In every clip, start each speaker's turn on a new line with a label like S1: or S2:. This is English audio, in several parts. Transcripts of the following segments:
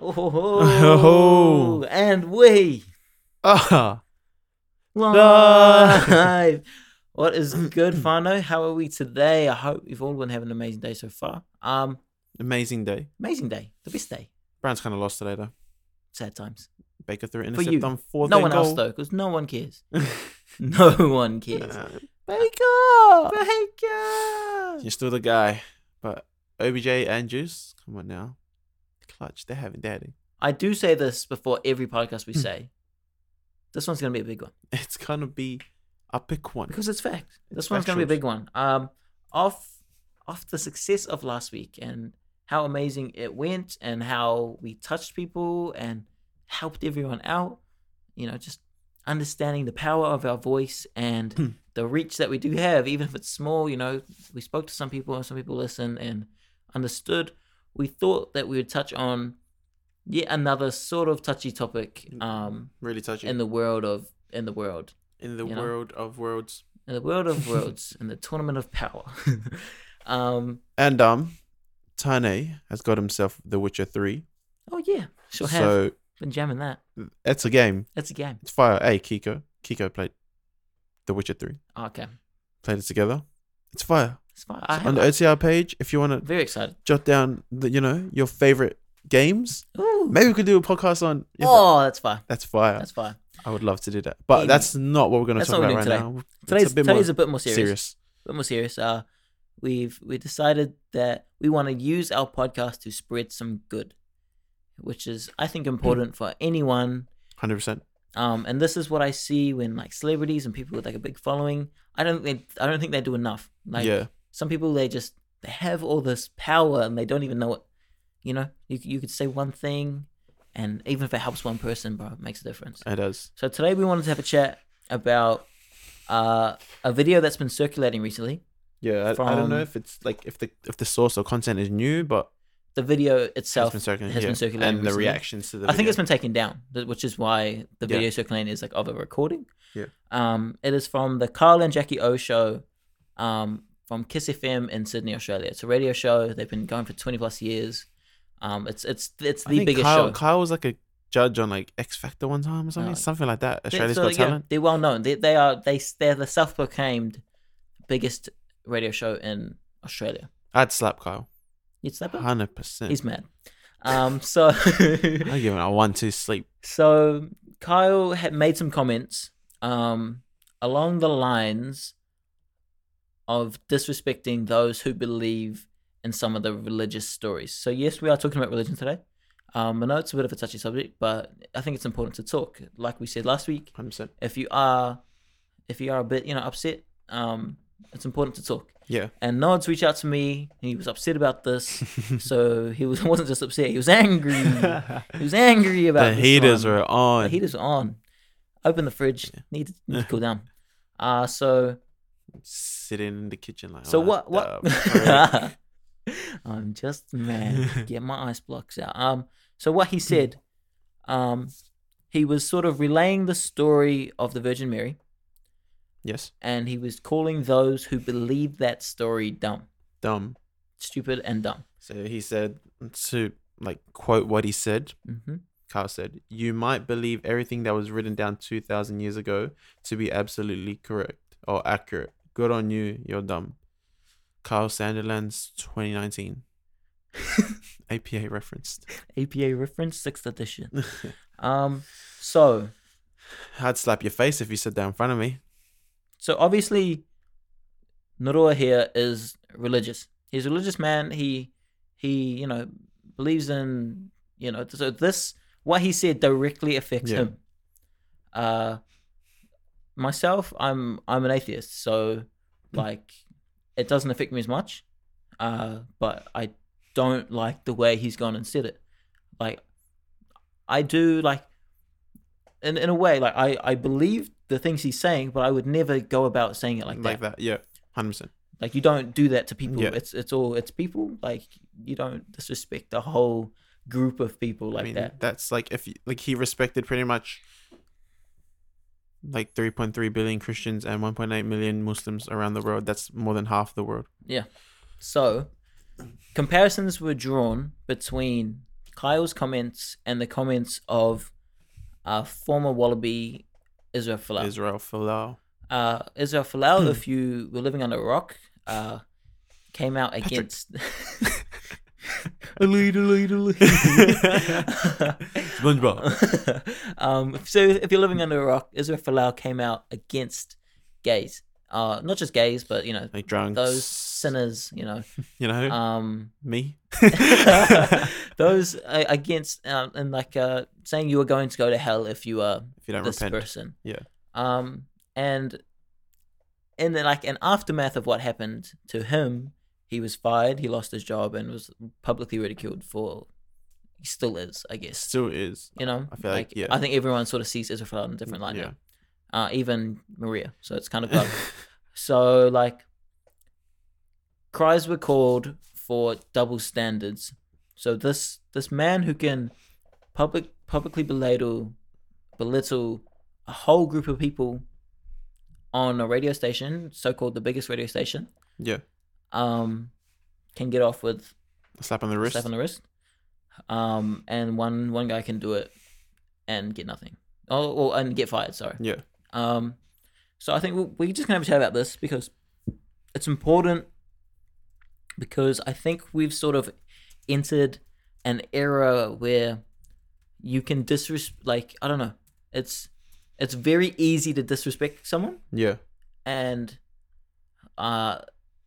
S1: Oh, ho, ho.
S2: Oh.
S1: and we
S2: Ah,
S1: live. what is good, Fano? How are we today? I hope you've all been having an amazing day so far. Um,
S2: amazing day.
S1: amazing day, the best day.
S2: Browns kind of lost today though.
S1: Sad times.
S2: Baker threw an
S1: For you.
S2: intercept on fourth
S1: no
S2: and
S1: one
S2: goal.
S1: else though, because no one cares. no one cares.
S2: Uh,
S1: Baker, Baker.
S2: You're still the guy, but OBJ and Juice, come on now, clutch. They haven't daddy.
S1: I do say this before every podcast we say. this one's gonna be a big one
S2: It's gonna be a pick one.
S1: because it's fact. This
S2: It's
S1: one's gonna be a
S2: factual.
S1: big one. Um, off off the success of last week and how amazing it went and how we touched people and helped everyone out. You know, just understanding the power of our voice
S2: Hmm.
S1: and the reach that we do have, even if it's small. You know, we spoke to some people and some people listened and understood. We thought that we would touch on yet another sort of touchy topic.
S2: Hmm.
S1: Um,
S2: Really touching
S1: in the world of in the world
S2: in the
S1: you know.
S2: world of worlds.
S1: in the world of worlds in the tournament of power um
S2: And um, Tane has got himself The Witcher Three.
S1: oh yeah sure have
S2: so
S1: been jamming that
S2: that's a game.
S1: that's a game
S2: It's fire. Hey, Kiko. Kiko played The Witcher Three.
S1: oh, okay
S2: Played it together. It's fire.
S1: it's fine I
S2: So on
S1: have,
S2: the OTR page, if you want to
S1: very excited
S2: jot down the, you know your favorite games.
S1: Ooh.
S2: Maybe we could do a podcast on. yeah,
S1: oh that's fine
S2: that's fire.
S1: that's fine
S2: I would love to do that, but
S1: Maybe.
S2: that's not what we're going to
S1: That's
S2: talk
S1: not
S2: about
S1: what we're
S2: right
S1: doing
S2: now. It's
S1: today's
S2: a bit
S1: today's
S2: more
S1: a bit more serious,
S2: serious.
S1: a bit more serious uh we've we decided that we want to use our podcast to spread some good which is i
S2: Hmm.
S1: think important for anyone
S2: Hundred percent.
S1: Um, and this is what I see when like celebrities and people with like a big following. I don't think I don't think they do enough. Like
S2: Yeah,
S1: some people, they just they have all this power and they don't even know it. You know, you you could say one thing, and even if it helps one person, bro, it makes a difference.
S2: it does.
S1: So today we wanted to have a chat about uh, a video that's been circulating recently.
S2: Yeah, I, I don't know
S1: From-
S2: if it's like if the if the source or content is new, but
S1: The video
S2: it's
S1: itself
S2: been circulating.
S1: has
S2: yeah.
S1: been circulating
S2: and the
S1: recently.
S2: reactions to the.
S1: I think
S2: video.
S1: it's been taken down, th- which is why the
S2: Yeah.
S1: video circulating is like of a recording.
S2: Yeah.
S1: Um, it is from the Carl and Jackie O show, um, from Kiss FM in Sydney, Australia. It's a radio show. They've been going for twenty plus years. Um, it's it's it's
S2: I
S1: the
S2: think
S1: biggest
S2: Kyle,
S1: show.
S2: Kyle was like a judge on like X Factor one time or something,
S1: like-
S2: something like that.
S1: They-
S2: Australia's
S1: so,
S2: Got
S1: yeah,
S2: Talent.
S1: they're well known. They they are they they're the self proclaimed biggest radio show in Australia.
S2: I'd slap Kyle.
S1: You'd slap him.
S2: Hundred percent.
S1: He's mad. Um, so
S2: I give him a one two sleep.
S1: So Kyle had made some comments um, along the lines of disrespecting those who believe in some of the religious stories. So yes, we are talking about religion today. Um, I know it's a bit of a touchy subject, but I think it's important to talk. Like we said last week,
S2: Hundred percent.
S1: if you are if you are a bit you know upset, um, it's important to talk.
S2: Yeah.
S1: And Nods reached out to me, and he was upset about this. so he was wasn't just upset; he was angry. he was angry about
S2: the
S1: this
S2: heaters
S1: one.
S2: were on.
S1: The heater's on. Open the fridge. Need, to, need to cool down. Uh so
S2: sitting in the kitchen like.
S1: so
S2: "Oh,
S1: what what?
S2: the frick."
S1: I'm just mad. Get my ice blocks out. Um. So what he said, um, he was sort of relaying the story of the Virgin Mary,
S2: yes,
S1: and he was calling those who believe that story dumb,
S2: dumb.
S1: stupid, and dumb.
S2: So he said to like quote what he said.
S1: hmm
S2: Kyle said, "You might believe everything that was written down two thousand years ago to be absolutely correct or accurate. Good on you. You're dumb." Kyle Sanderlands, 2019. APA referenced.
S1: APA reference sixth edition. um. So
S2: I'd slap your face if you said that in front of me.
S1: So obviously, Narua here is religious. He's a religious man. He he you know believes in you know so this what he said directly affects
S2: Yeah.
S1: him. Uh, myself, I'm I'm an atheist, so like it doesn't affect me as much. Uh, but I don't like the way he's gone and said it. Like I do like in in a way, like I I believe the things he's saying, but I would never go about saying it like,
S2: Like
S1: that.
S2: that. Yeah, hundred percent.
S1: Like you don't do that to people.
S2: Yeah.
S1: It's it's all it's people. Like you don't disrespect the whole group of people like
S2: I mean,
S1: that.
S2: that's like if you, like he respected pretty much like 3.3 billion Christians and 1.8 million Muslims around the world. That's more than half the world.
S1: Yeah. So comparisons were drawn between Kyle's comments and the comments of uh, former Wallaby Israel Folau.
S2: Israel Folau.
S1: uh, Israel Folau, if you were living under a rock, uh, came out against.
S2: SpongeBob.
S1: um, so if you're living under a rock, Israel Folau came out against gays. Uh, not just gays, but you know
S2: Like drunks.
S1: those sinners. You know,
S2: you know,
S1: um,
S2: me.
S1: those uh, against um, and like uh, saying you were going to go to hell if you were
S2: if you don't
S1: this
S2: repent.
S1: person.
S2: Yeah.
S1: Um, and in the, like an aftermath of what happened to him, he was fired. He lost his job and was publicly ridiculed for. He still is, I guess.
S2: Still is.
S1: You know,
S2: I feel like, yeah.
S1: I think everyone sort of sees Israel Folau in a different light
S2: Yeah.
S1: now. Uh, even Maria. So it's kind of like so like cries were called for double standards. So this this man who can public publicly belittle belittle a whole group of people on a radio station, so called the biggest radio station,
S2: yeah.
S1: um, can get off with
S2: A slap on the wrist.
S1: slap on the wrist. Um, and one one guy can do it and get nothing. Oh, or, and get fired. Sorry.
S2: Yeah.
S1: Um, so I think we- we're just gonna have a chat about this because it's important. Because I think we've sort of entered an era where you can disrespect. Like I don't know, it's it's very easy to disrespect someone,
S2: Yeah.
S1: and uh,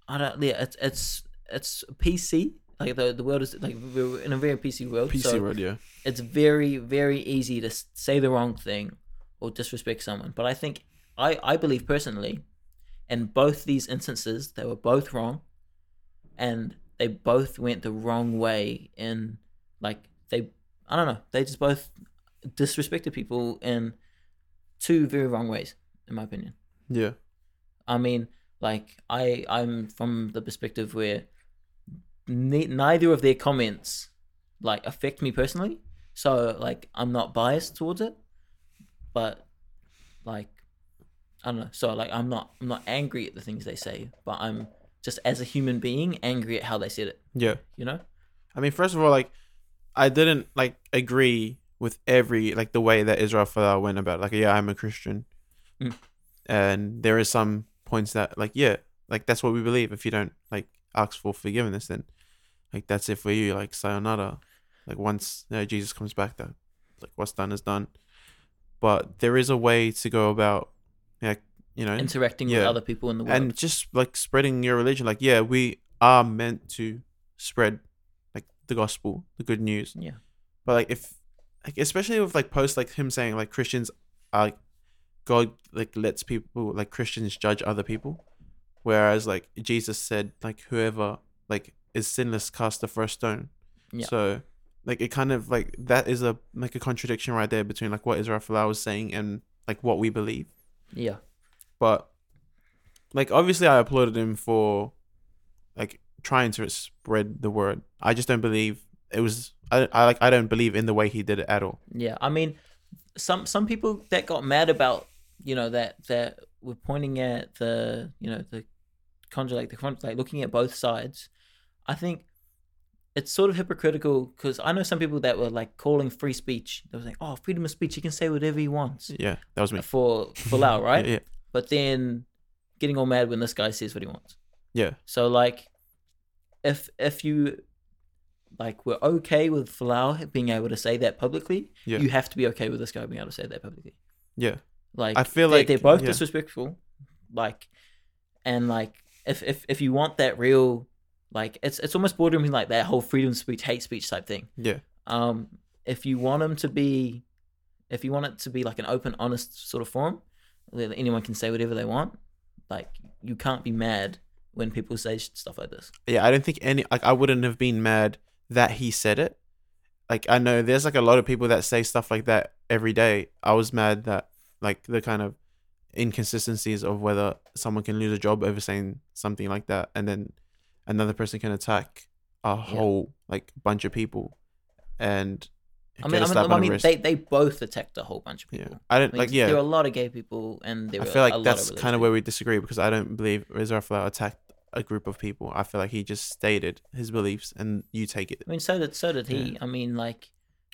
S1: I don't. Yeah, it's it's it's PC. Like the the world is like we're in a very PC world.
S2: PC
S1: so
S2: road, yeah.
S1: it's very very easy to s- say the wrong thing or disrespect someone but i think i i believe personally in both these instances they were both wrong and they both went the wrong way in like they i don't know they just both disrespected people in two very wrong ways in my opinion
S2: Yeah.
S1: I mean, like I I'm from the perspective where ne- neither of their comments like affect me personally, so like I'm not biased towards it, but like I don't know. So like I'm not I'm not angry at the things they say, but I'm just as a human being angry at how they said it.
S2: Yeah.
S1: You know?
S2: I mean, first of all, like, I didn't like agree with every like the way that Israel Folau went about. it. Like, yeah, I'm a Christian,
S1: Mm.
S2: and there is some points that like, yeah, like that's what we believe. If you don't like ask for forgiveness, then like that's it for you. Like, sayonara. Like once you know, Jesus comes back, that like what's done is done. But there is a way to go about, like you know,
S1: Interacting with
S2: yeah.
S1: other people in the world.
S2: and just like spreading your religion like yeah we are meant to spread like the gospel the good news
S1: yeah.
S2: but like if like especially with like posts like him saying like christians are god like lets people like christians judge other people whereas like jesus said like whoever like is sinless cast the first stone
S1: Yeah.
S2: so like it kind of like that is a like a contradiction right there between like what israel Folau was saying and like what we believe
S1: Yeah.
S2: but like obviously I applauded him for like trying to spread the word. I just don't believe it was I, I like I don't believe in the way he did it at all.
S1: Yeah, I mean, some some people that got mad about you know that that were pointing at the you know the conjure like the con- like looking at both sides. I think it's sort of hypocritical because I know some people that were like calling free speech. They were like, "Oh, freedom of speech, you can say whatever you want."
S2: Yeah, that was me.
S1: For for Lau, right?
S2: Yeah,
S1: But then getting all mad when this guy says what he wants.
S2: yeah,
S1: So like, if if you like were okay with Falau being able to say that publicly,
S2: Yeah.
S1: you have to be okay with this guy being able to say that publicly.
S2: yeah,
S1: Like
S2: I feel
S1: they-
S2: like-
S1: they're both
S2: yeah.
S1: disrespectful. Like, and like if if if you want that real, like it's it's almost bordering like that whole freedom of speech, hate speech type thing.
S2: yeah,
S1: Um, if you want them to be, if you want it to be like an open, honest sort of forum, where anyone can say whatever they want. Like you can't be mad when people say sh- stuff like this.
S2: yeah. I don't think any like I wouldn't have been mad that he said it. Like I know there's like a lot of people that say stuff like that every day. I was mad that like the kind of inconsistencies of whether someone can lose a job over saying something like that and then another person can attack a whole like bunch of people and
S1: I
S2: get
S1: mean,
S2: a
S1: I mean,
S2: slap on
S1: I
S2: the
S1: mean
S2: wrist.
S1: they, they both attacked a whole bunch of
S2: yeah
S1: people.
S2: i don't
S1: Like,
S2: like
S1: there were
S2: yeah
S1: a lot of gay people, and there
S2: i
S1: were a
S2: feel like
S1: lot
S2: that's
S1: of
S2: kind
S1: religious
S2: of where we disagree because i don't believe israel Folau attacked a group of people. I feel like he just stated his beliefs and you take it.
S1: I mean, so did so did he.
S2: Yeah.
S1: I mean, like,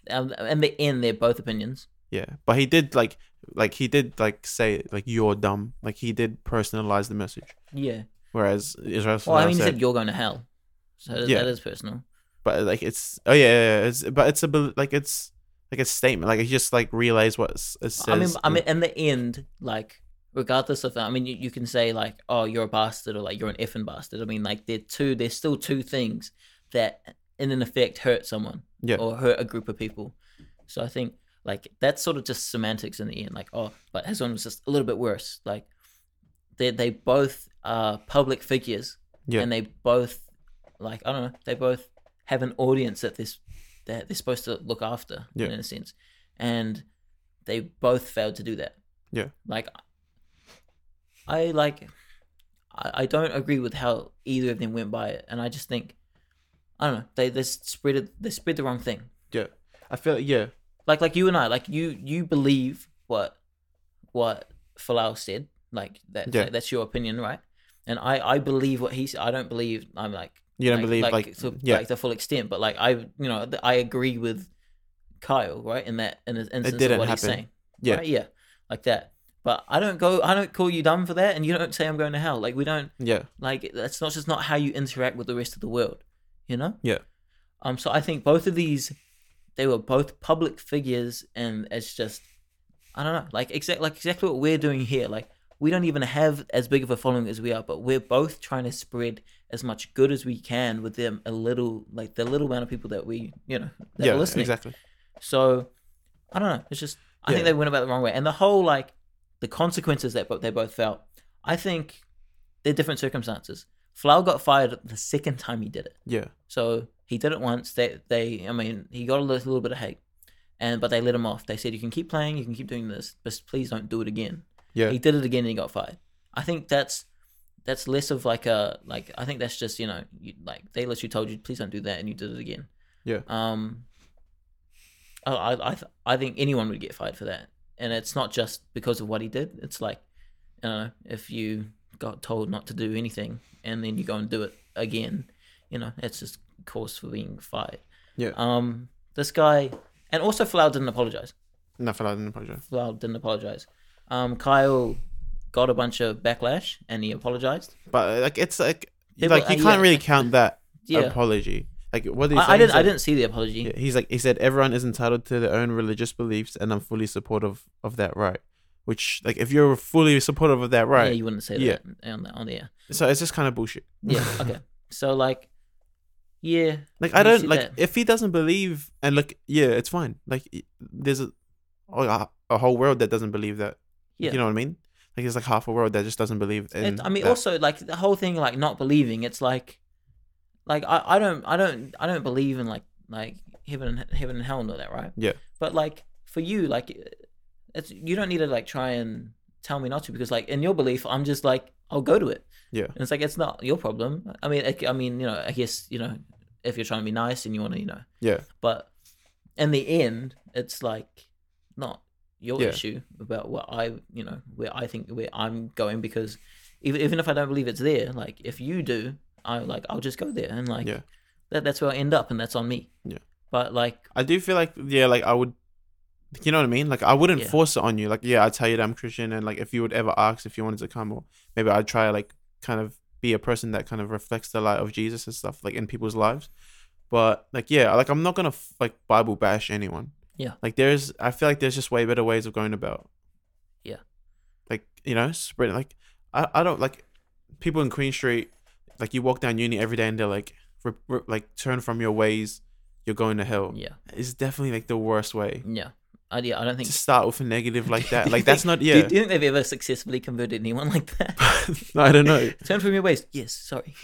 S1: um, in the end, they're both opinions.
S2: Yeah. But he did like like he did like say like you're dumb. Like he did personalize the message.
S1: Yeah.
S2: Whereas Israel
S1: Well, I
S2: Salam
S1: mean, he
S2: said,
S1: said you're going to hell, so that-
S2: Yeah.
S1: that is personal.
S2: but like it's oh yeah, yeah, yeah, it's but it's a bel- like it's like a statement. Like he just like relays what s- it says.
S1: I mean, I
S2: in-
S1: mean, in the end, like, regardless of that, I mean, you, you can say like, oh, you're a bastard, or like, you're an effing bastard. I mean, like, they're two. There's still two things that, in an effect, hurt someone
S2: Yeah.
S1: or hurt a group of people. So I think like that's sort of just semantics in the end. Like, oh, but his one was just a little bit worse. Like, they they both are public figures,
S2: Yeah.
S1: and they both like I don't know, they both have an audience that this that they're supposed to look after
S2: Yeah.
S1: in a sense, and they both failed to do that.
S2: Yeah.
S1: Like, I like, I, I don't agree with how either of them went by it, and I just think, I don't know, they they spread it, they spread the wrong thing
S2: yeah. I feel like, yeah.
S1: like like you and I, like you you believe what what Falau said, like that,
S2: Yeah.
S1: that- that's your opinion, right? And I I believe what he said. I don't believe I'm like
S2: You don't believe like,
S1: to,
S2: yeah.
S1: like the full extent, but like I you know th- I agree with Kyle right in that in his instance
S2: didn't
S1: of what
S2: happen.
S1: he's saying,
S2: Yeah.
S1: right? yeah, like that. But I don't go I don't call you dumb for that, and you don't say I'm going to hell. Like we don't
S2: yeah.
S1: like that's not just not how you interact with the rest of the world, you know.
S2: Yeah.
S1: Um. So I think both of these, they were both public figures, and it's just, I don't know, like exact, like exactly what we're doing here. Like we don't even have as big of a following as we are, but we're both trying to spread as much good as we can with them a little, like the little amount of people that we, you know, that
S2: Yeah.
S1: are listening.
S2: Exactly.
S1: So I don't know. It's just I
S2: Yeah.
S1: think they went about the wrong way, and the whole like the consequences that bo- they both felt. I think they're different circumstances. Flau got fired the second time he did it,
S2: Yeah.
S1: so he did it once. They they I mean he got a little, little bit of hate, and but they let him off. They said you can keep playing, you can keep doing this, but please don't do it again.
S2: Yeah.
S1: He did it again and he got fired. I think that's that's less of like a like I think that's just you know you, like they literally told you please don't do that and you did it again.
S2: Yeah.
S1: Um. I I I, th- I think anyone would get fired for that, and it's not just because of what he did. It's like, you know, if you got told not to do anything and then you go and do it again, you know, that's just cause for being fired.
S2: Yeah.
S1: Um. This guy, and also Flower didn't apologize.
S2: Nothing. I didn't apologize.
S1: Well, didn't apologize. Um, Kyle got a bunch of backlash and he apologized.
S2: But uh, like it's like
S1: People-
S2: like you
S1: uh,
S2: can't
S1: yeah.
S2: really count that
S1: Yeah,
S2: apology. Like what did he say?
S1: I, I
S2: He
S1: didn't. I
S2: said-
S1: didn't see the apology.
S2: Yeah, he's like he said everyone is entitled to their own religious beliefs and I'm fully supportive of that right. Which like if you're fully supportive of that
S1: Yeah,
S2: right,
S1: you wouldn't say
S2: Yeah.
S1: that on the, on the air.
S2: so it's just kind of bullshit.
S1: Yeah. Okay. so like, yeah,
S2: Like I
S1: You
S2: don't
S1: see
S2: like
S1: that.
S2: if he doesn't believe and like yeah, it's fine. Like y- there's a oh, a, a whole world that doesn't believe that.
S1: Yeah.
S2: You know what I mean? Like there's like half a world that just doesn't believe in
S1: it, I mean,
S2: that.
S1: also like the whole thing, like not believing. It's like, like I, I don't, I don't, I don't believe in like like heaven, and heaven and hell, and all that, right?
S2: Yeah.
S1: But like for you, like it's you don't need to like try and tell me not to because like in your belief, I'm just like I'll go to it.
S2: Yeah.
S1: And it's like it's not your problem. I mean, I, I mean, you know, I guess you know if you're trying to be nice and you want to, you know,
S2: Yeah.
S1: but in the end, it's like not your
S2: Yeah.
S1: issue about what I, you know, where I think where I'm going because even even if I don't believe it's there, like if you do, I like I'll just go there and like
S2: Yeah.
S1: that that's where I end up and that's on me.
S2: Yeah.
S1: But like
S2: I do feel like yeah, like I would, you know what I mean? Like I wouldn't
S1: Yeah.
S2: force it on you. Like yeah, I tell you that I'm Christian, and like if you would ever ask if you wanted to come, or maybe I'd try like kind of be a person that kind of reflects the light of Jesus and stuff like in people's lives. But like yeah, like I'm not gonna f- like Bible bash anyone.
S1: Yeah.
S2: Like there's, I feel like there's just way better ways of going about.
S1: Yeah.
S2: Like you know, spread like I I don't like people in Queen Street. Like you walk down uni every day and they're like, rip, rip, like turn from your ways, you're going to hell
S1: yeah,
S2: is definitely like the worst way
S1: yeah. I yeah, I don't think
S2: to start with a negative like that.
S1: Do
S2: Like
S1: you
S2: that's
S1: think-
S2: not
S1: do,
S2: yeah.
S1: you, do you think they've ever successfully converted anyone like that?
S2: no, I don't know.
S1: Turn from your ways. Yes, sorry.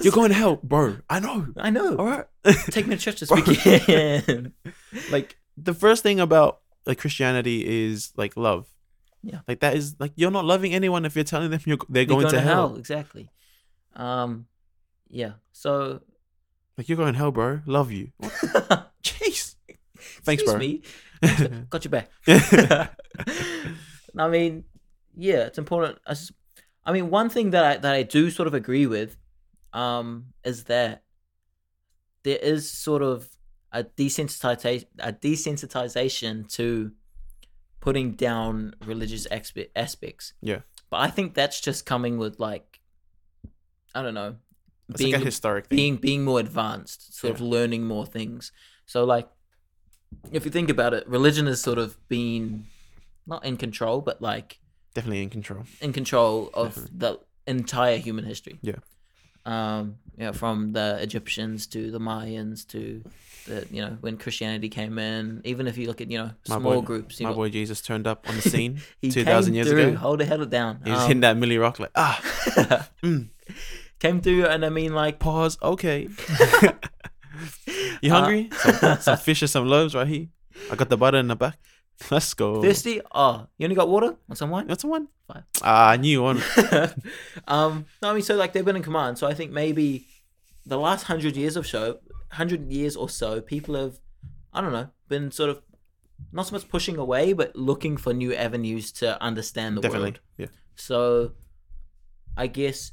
S2: You're going to hell, bro. I know.
S1: I know.
S2: All right.
S1: Take me to church this
S2: Bro.
S1: weekend.
S2: like the first thing about like Christianity is like love.
S1: Yeah.
S2: Like that is like you're not loving anyone if you're telling them you're they're
S1: You're
S2: going, to, hell.
S1: Exactly. Um, yeah. So,
S2: Like you're going to hell, bro. Love you. What? Jeez. Thanks,
S1: excuse
S2: bro.
S1: me. Got your back. I mean, yeah, it's important. I, just, I mean, one thing that I that I do sort of agree with, um, is that there is sort of a desensitization a desensitization to putting down religious expe- aspects.
S2: Yeah.
S1: But I think that's just coming with like, I don't know,
S2: It's
S1: being
S2: like a historic thing.
S1: being being more advanced, sort of learning more things. So like if you think about it, religion has sort of been not in control, but like
S2: Definitely in control.
S1: in control of the entire human history.
S2: Yeah.
S1: Um, yeah, from the Egyptians to the Mayans to the you know, when Christianity came in, even if you look at, you know,
S2: My
S1: small
S2: boy-
S1: groups, you
S2: My
S1: got-
S2: boy Jesus turned up on the scene
S1: he
S2: 2,000
S1: came
S2: years
S1: through,
S2: ago.
S1: Hold the head down.
S2: He was
S1: Um,
S2: hitting that Millie Rock like, ah,
S1: came through and I mean like
S2: pause, okay. you hungry?
S1: Uh,
S2: some, some fish or some loaves right here. I got the butter in the back. Let's go.
S1: thirsty? Oh, you only got water? Want some wine?
S2: That's the one.
S1: Fine.
S2: Ah, I knew one.
S1: um, no, I mean, so like they've been in command. So I think maybe the last hundred years of show, hundred years or so, people have, I don't know, been sort of not so much pushing away, but looking for new avenues to understand the
S2: Definitely.
S1: world.
S2: Yeah.
S1: So I guess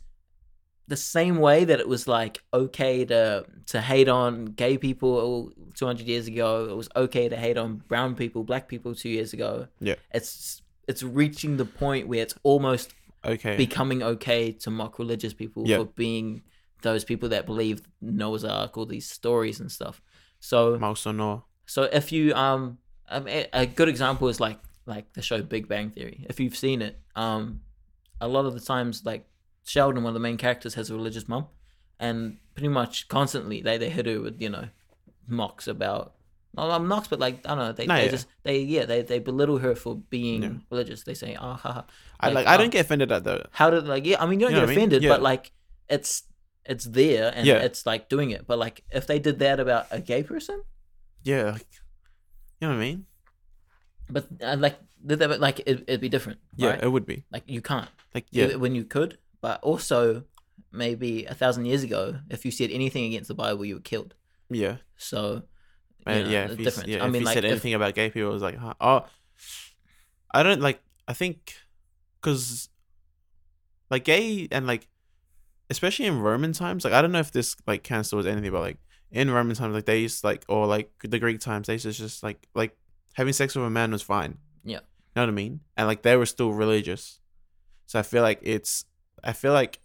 S1: the same way that it was like okay to to hate on gay people 200 years ago, it was okay to hate on brown people, black people 2 years ago.
S2: Yeah.
S1: It's it's reaching the point where it's almost
S2: Okay.
S1: becoming okay to mock religious people
S2: Yeah.
S1: for being those people that believe Noah's Ark, all these stories and stuff. So,
S2: Mouse or no.
S1: so if you um, um, a a good example is like like the show Big Bang Theory. If you've seen it, um, a lot of the times like Sheldon, one of the main characters, has a religious mum, and pretty much constantly they they hit her with you know mocks about. Not not mocks, but like I don't know, they,
S2: No,
S1: they
S2: yeah.
S1: just they yeah they, they belittle her for being
S2: Yeah.
S1: religious. They say ah ha, ha
S2: I
S1: Like,
S2: like. I
S1: um,
S2: don't get offended at that.
S1: how did like yeah i mean you don't
S2: You
S1: get
S2: know what I mean?
S1: offended
S2: Yeah.
S1: but like it's it's there and
S2: Yeah.
S1: it's like doing it but like if they did that about a gay person
S2: Yeah. like, you know what I mean?
S1: but uh, like did that but, like it, it'd be different
S2: Yeah,
S1: right?
S2: it would be.
S1: like you can't
S2: Like, yeah.
S1: when you could but also maybe a thousand years ago if you said anything against the bible you were killed
S2: yeah.
S1: so you
S2: Uh,
S1: know,
S2: yeah,
S1: the
S2: if he,
S1: difference.
S2: yeah,
S1: i
S2: if
S1: mean
S2: he
S1: like
S2: said
S1: if-
S2: anything about gay people, it was like, huh, oh, I don't like. I think because like gay and like, especially in Roman times, like I don't know if this like cancer was anything, but like in Roman times, like they used to, like or like the Greek times, they used to just like like having sex with a man was fine.
S1: Yeah.
S2: know what I mean? And like they were still religious, so I feel like it's. I feel like,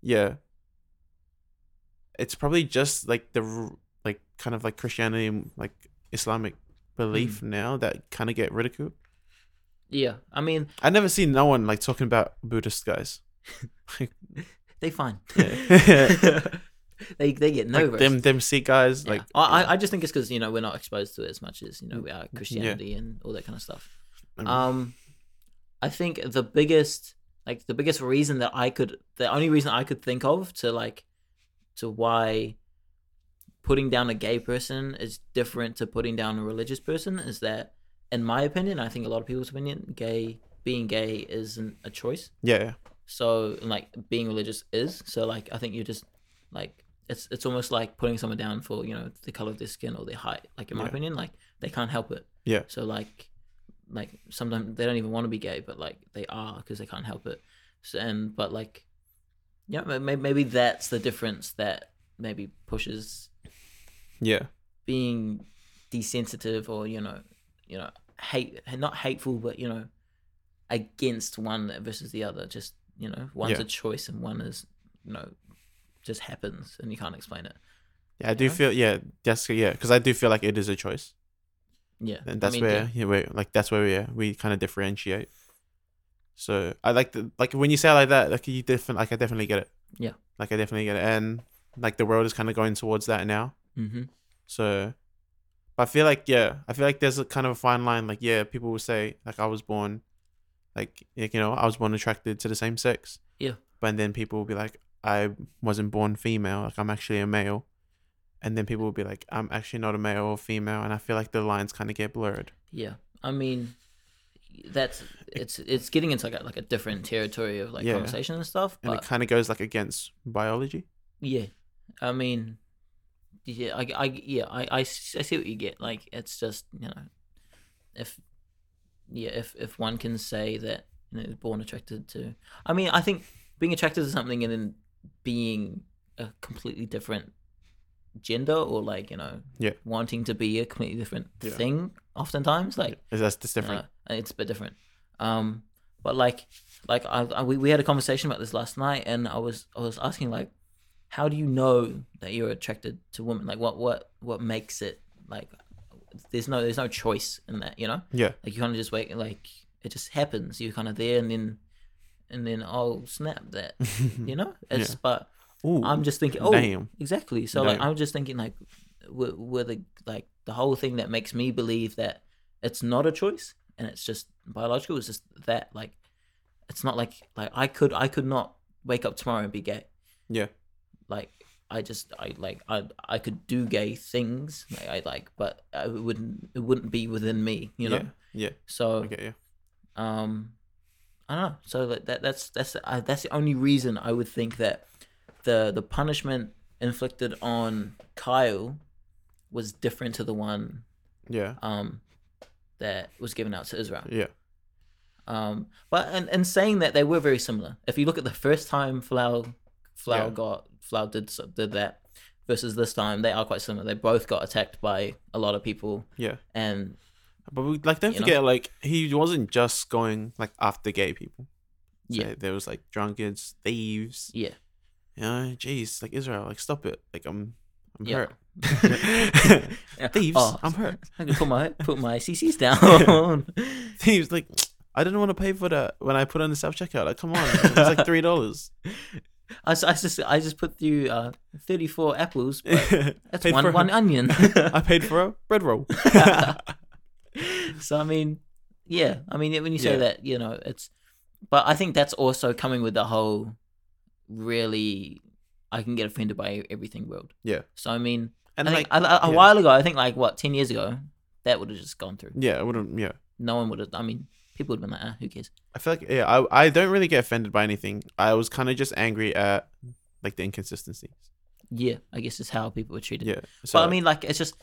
S2: yeah. It's probably just like the r- like kind of like Christianity, and, like Islamic belief
S1: Mm.
S2: now that kind of get ridiculed.
S1: yeah i mean
S2: I never seen no one like talking about Buddhist guys.
S1: they fine
S2: Yeah.
S1: they they get no
S2: like
S1: verse.
S2: them them Sikh guys
S1: Yeah.
S2: like
S1: I, I I just think it's because you know we're not exposed to it as much as you know we are Christianity and all that kind of stuff.
S2: Mhm.
S1: Um, I think the biggest like the biggest reason that I could the only reason I could think of to like to why putting down a gay person is different to putting down a religious person is that in my opinion I think a lot of people's opinion gay being gay isn't a choice
S2: yeah, yeah.
S1: so and, like being religious is so like i think you just like it's it's almost like putting someone down for you know the color of their skin or their height like in my
S2: Yeah.
S1: opinion like they can't help it
S2: Yeah.
S1: so like like sometimes they don't even want to be gay but like they are because they can't help it so, and but like yeah maybe, maybe that's the difference that maybe pushes
S2: yeah.
S1: being desensitive or you know you know hate not hateful but you know against one versus the other just you know one's
S2: Yeah.
S1: a choice and one is you know just happens and you can't explain it
S2: Yeah, I do
S1: Yeah.
S2: feel yeah, that's yeah, because I do feel like it is a choice,
S1: yeah
S2: and that's
S1: I mean,
S2: where
S1: yeah.
S2: yeah, where like that's where we yeah, we kind of differentiate. So I like the like when you say it like that, like you different, like I definitely get it.
S1: Yeah.
S2: like I definitely get it, and like the world is kind of going towards that now.
S1: hmm
S2: So I feel like yeah, I feel like there's a kind of a fine line. Like yeah, people will say like I was born, like like, you know I was born attracted to the same sex.
S1: Yeah.
S2: But then people will be like I wasn't born female. Like I'm actually a male. And then people will be like I'm actually not a male or female. And I feel like the lines kind of get blurred.
S1: yeah i mean that's it's it's getting into like a, like a different territory of like
S2: Yeah.
S1: conversation and stuff
S2: And
S1: but
S2: it kind of goes like against biology.
S1: yeah i mean yeah i, I yeah I, I s- I see what you get like it's just you know if yeah if if one can say that you know born attracted to i mean i think being attracted to something and then being a completely different gender or like you know
S2: Yeah.
S1: wanting to be a completely different
S2: Yeah.
S1: thing oftentimes like
S2: Is that's that's different?
S1: uh, it's a bit different. Um, but like, like I, I, we we had a conversation about this last night, and I was I was asking like, how do you know that you're attracted to women? Like, what what what makes it like? There's no there's no choice in that, you know.
S2: yeah.
S1: Like you kind of just wait, like it just happens. You're kind of there, and then and then oh snap that, you know. It's
S2: Yeah.
S1: but
S2: Ooh,
S1: I'm just thinking, oh,
S2: damn.
S1: exactly. So like,
S2: Damn.
S1: I'm just thinking like, were, were the like the whole thing that makes me believe that it's not a choice and it's just biological. It's just that like, it's not like like I could I could not wake up tomorrow and be gay.
S2: Yeah.
S1: Like I just I like I I could do gay things. Like, I like, but I wouldn't it wouldn't be within me. You know.
S2: Yeah. Yeah.
S1: So
S2: Okay. Yeah.
S1: um i don't know so that, that that's that's uh, that's the only reason i would think that the the punishment inflicted on kyle was different to the one
S2: Yeah.
S1: um that was given out to israel
S2: Yeah.
S1: um but and, and saying that they were very similar if you look at the first time flower flower
S2: Yeah.
S1: got flower did so- did that versus this time they are quite similar they both got attacked by a lot of people
S2: Yeah.
S1: and
S2: But we, like, don't
S1: You know?
S2: forget, like, he wasn't just going like after gay people. So
S1: Yeah.
S2: there was like drunkards, thieves.
S1: yeah
S2: You know, jeez, like Israel, like stop it, like I'm, I'm
S1: Yeah.
S2: hurt. thieves,
S1: Oh,
S2: I'm hurt.
S1: I can put my put my CCs down.
S2: Thieves, like I didn't want to pay for that when I put on the self checkout. Like, come on, it was like three dollars.
S1: I, s- I just I just put through uh, thirty four apples. But that's
S2: Paid for
S1: one one
S2: it.
S1: onion.
S2: I paid for a bread roll.
S1: so I mean, yeah. I mean, when you say
S2: Yeah.
S1: that, you know, it's. But I think that's also coming with the whole, really, I can get offended by everything world.
S2: Yeah.
S1: So I mean,
S2: And
S1: I
S2: like,
S1: think a, a- a
S2: yeah.
S1: while ago, I think like what ten years ago, that would have just gone through.
S2: yeah, I wouldn't. Yeah,
S1: No one would have. I mean, people would have been like, ah, who cares?
S2: I feel like yeah, I I don't really get offended by anything. I was kind of just angry at like the inconsistencies.
S1: Yeah, I guess it's how people were treated.
S2: Yeah, so
S1: but I mean, like, it's just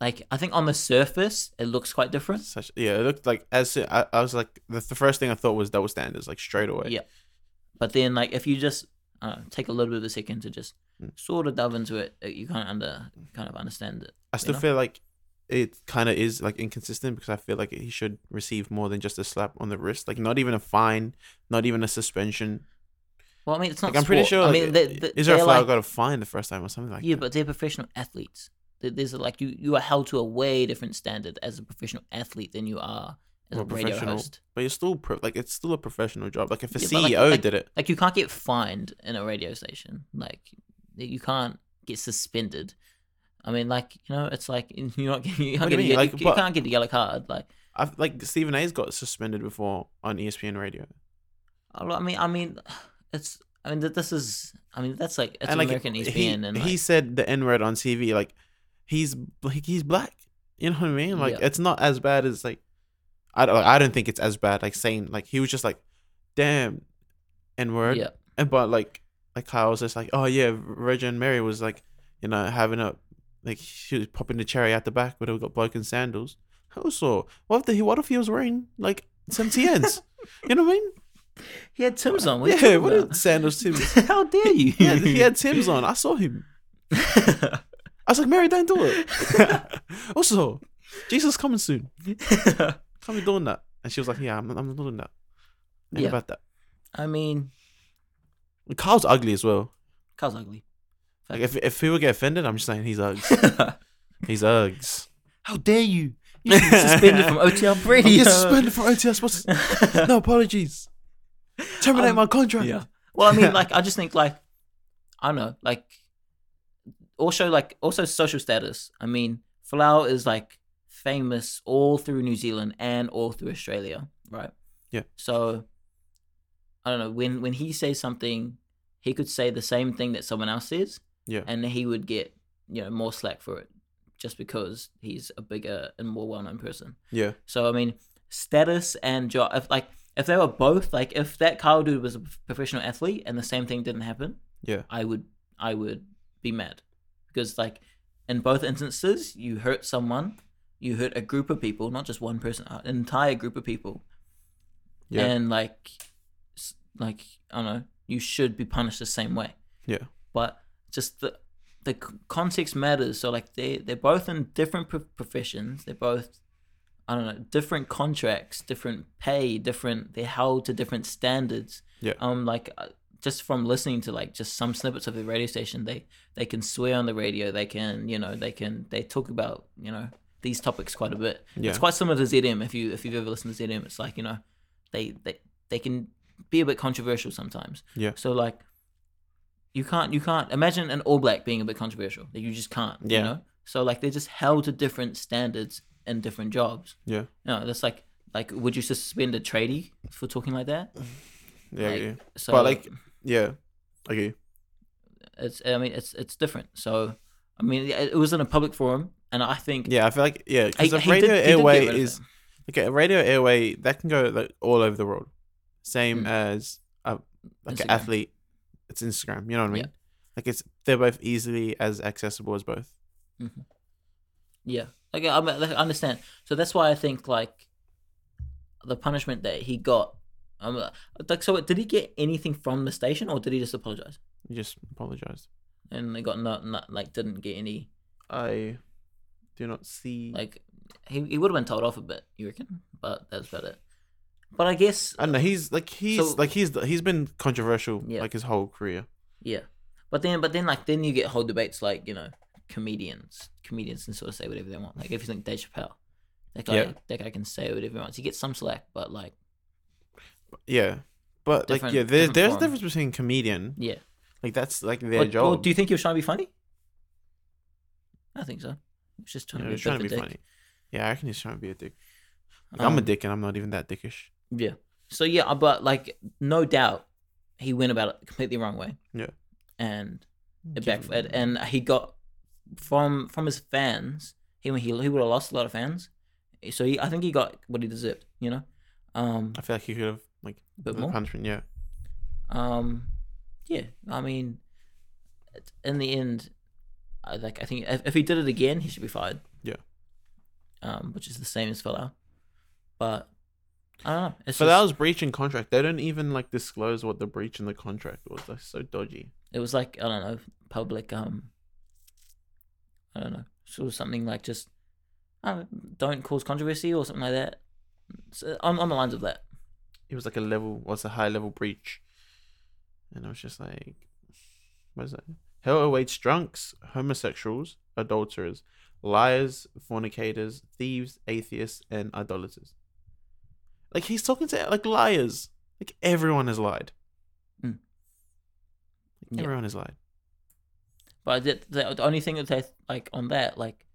S1: like I think on the surface it looks quite different.
S2: such yeah, it looked like as soon, I, I was like the, the first thing I thought was double standards, like straight away.
S1: Yeah. But then, like, if you just uh, take a little bit of a second to just
S2: Mm.
S1: sort of delve into it, uh, you kind of under kind of understand it.
S2: I still
S1: know?
S2: feel like it kind of is like inconsistent because I feel like he should receive more than just a slap on the wrist, like not even a fine, not even a suspension.
S1: Well, I mean, it's not.
S2: Like I'm pretty
S1: sport.
S2: sure.
S1: I
S2: Like,
S1: mean, they, they,
S2: Israel
S1: they're
S2: Flower
S1: like,
S2: got a fine the first time or something like
S1: yeah,
S2: that.
S1: but they're professional athletes. There- There's a, like you you are held to a way different standard as a professional athlete than you are as
S2: Or
S1: a radio
S2: professional.
S1: host.
S2: But you're still pro- like it's still a professional job. Like if a
S1: Yeah, but,
S2: CEO
S1: like- like-
S2: did it,
S1: Like you can't get fined in a radio station. Like you can't get suspended. I mean, like you know, it's like you're not getting, you
S2: What
S1: can't
S2: do
S1: get
S2: you
S1: a, ye-
S2: mean? Like,
S1: you
S2: but-
S1: can't get a yellow card. Like
S2: I've like Stephen A's got suspended before on E ESPN radio.
S1: I lo- I mean, I mean, it's I mean th- this is I mean that's like it's
S2: and like
S1: American E ESPN
S2: he,
S1: and like,
S2: he said the N word on TV. Like he's like he's black. You know what I mean? Like
S1: Yeah.
S2: it's not as bad as like I don't I don't think it's as bad. Like saying like he was just like, damn, N word.
S1: yeah
S2: And but like like Kyle was just like, oh yeah, Reggie and Mary was like, you know, having a like she was popping the cherry out the back, but it got bloke in sandals. Also, what if the, what if he was wearing like some TNs? you know what I mean?
S1: he had Tim's on. What
S2: yeah,
S1: yeah,
S2: what did sandals Tim's?
S1: How dare you?
S2: Yeah, he had Tim's on. I saw him. I was like, Mary, don't do it. also, Jesus coming soon. Can't be doing that. And she was like, Yeah, I'm, I'm not doing that. Ain't
S1: Yeah.
S2: about that.
S1: I mean,
S2: Kyle's ugly as well.
S1: Kyle's ugly.
S2: Like if if people get offended, I'm just saying he's uggs.
S1: How
S2: He's uggs.
S1: dare you? You should be suspended from OTR
S2: I'm
S1: radio.
S2: getting suspended for OTS. What's no apologies. Terminate
S1: Um,
S2: my contract.
S1: Yeah. Well, I mean, like, I just think, like, I don't know, like, also, like, also social status. I mean, Falau is like famous all through New Zealand and all through Australia, right?
S2: Yeah.
S1: So, I don't know when when he says something, he could say the same thing that someone else says,
S2: Yeah.
S1: and he would get you know more slack for it just because he's a bigger and more well known person.
S2: Yeah.
S1: So I mean, status and job. If like if they were both like if that Kyle dude was a professional athlete and the same thing didn't happen,
S2: Yeah.
S1: I would I would be mad because like in both instances you hurt someone, you hurt a group of people, not just one person, uh, an entire group of people,
S2: Yeah.
S1: and like s- like I don't know, you should be punished the same way.
S2: Yeah.
S1: But just the the c- context matters. So like they they're both in different pro- professions. They're both I don't know different contracts, different pay, different. They're held to different standards.
S2: Yeah.
S1: Um, like uh, just from listening to like just some snippets of the radio station, they they can swear on the radio. They can you know they can they talk about you know these topics quite a bit.
S2: Yeah.
S1: It's quite similar to ZM. If you if you've ever listened to ZM, it's like you know they they they can be a bit controversial sometimes.
S2: Yeah.
S1: So like you can't you can't imagine an All Black being a bit controversial. Like you just can't.
S2: Yeah.
S1: You know. So like they're just held to different standards in different jobs.
S2: Yeah.
S1: No, that's like like would you suspend a tradie for talking like that?
S2: Yeah.
S1: Like,
S2: yeah.
S1: So
S2: But, like- Yeah. Okay.
S1: it's I mean it's it's different. So I mean it it was in a public forum, and I think
S2: Yeah, I feel like yeah,
S1: I-
S2: because
S1: he did-
S2: radio
S1: he did get
S2: airway
S1: rid of
S2: is
S1: them.
S2: okay. Radio airway that can go like all over the world. Same
S1: Mm.
S2: as uh, like
S1: Instagram.
S2: an athlete, it's Instagram. You know what I
S1: Yeah.
S2: mean? Like it's they're both easily as accessible as both.
S1: Yeah, like I, I mean, like, I understand. So that's why I think like the punishment that he got. Um, like, so did he get anything from the station, or did he just apologize
S2: You just apologize.
S1: and they got not, not like didn't get any
S2: I do not see.
S1: like he he would have been told off a bit, you reckon? But that's about it. But I guess
S2: I don't know. He's like he's
S1: So-
S2: like he's he's been controversial
S1: Yeah.
S2: like his whole career.
S1: yeah. But then but then like then you get whole debates like you know comedians comedians can sort of say whatever they want. Like if you think Dave Chappelle, that guy
S2: Yeah.
S1: that guy can say whatever he wants. He gets some slack, but like
S2: Yeah, but like
S1: Different-
S2: yeah, there,
S1: different
S2: there's a
S1: form.
S2: difference between comedian
S1: yeah.
S2: like that's like their
S1: Or- or
S2: job.
S1: do you think he was trying to be funny? I think so. He was just
S2: you
S1: trying
S2: know,
S1: to be,
S2: they're
S1: trying
S2: trying to be
S1: funny.
S2: funny. Yeah, I reckon he's trying to be a dick. Like, I'm a
S1: Um,
S2: dick and I'm not even that dickish.
S1: Yeah. So yeah, uh, but like no doubt, he went about it completely wrong way.
S2: Yeah.
S1: And it
S2: Give him-
S1: backfired, and he got from from his fans. He he he would have lost a lot of fans. So he, I think he got what he deserved. You know, um,
S2: I feel like he could have like
S1: a bit
S2: the
S1: more.
S2: punishment. Yeah,
S1: Um, yeah, I mean, it- in the end, I like. I think if, if he did it again, he should be fired.
S2: Yeah.
S1: Um, which is the same as Falau, but I don't know. It's
S2: but
S1: just,
S2: that was breaching contract. They don't even like disclose what the breach in the contract was. That's so dodgy.
S1: it was like I don't know public. Um, I don't know, sort of something like just I don't, don't cause controversy or something like that. So on on the lines of that.
S2: It was like a level. What's a high level breach? And I was just like, what is that? Hell awaits drunks, homosexuals, adulterers, liars, fornicators, thieves, atheists, and idolaters. Like he's talking to like liars. Like everyone has lied.
S1: Mm. Yeah.
S2: Everyone has lied.
S1: But the, the, the only thing that they like on that, like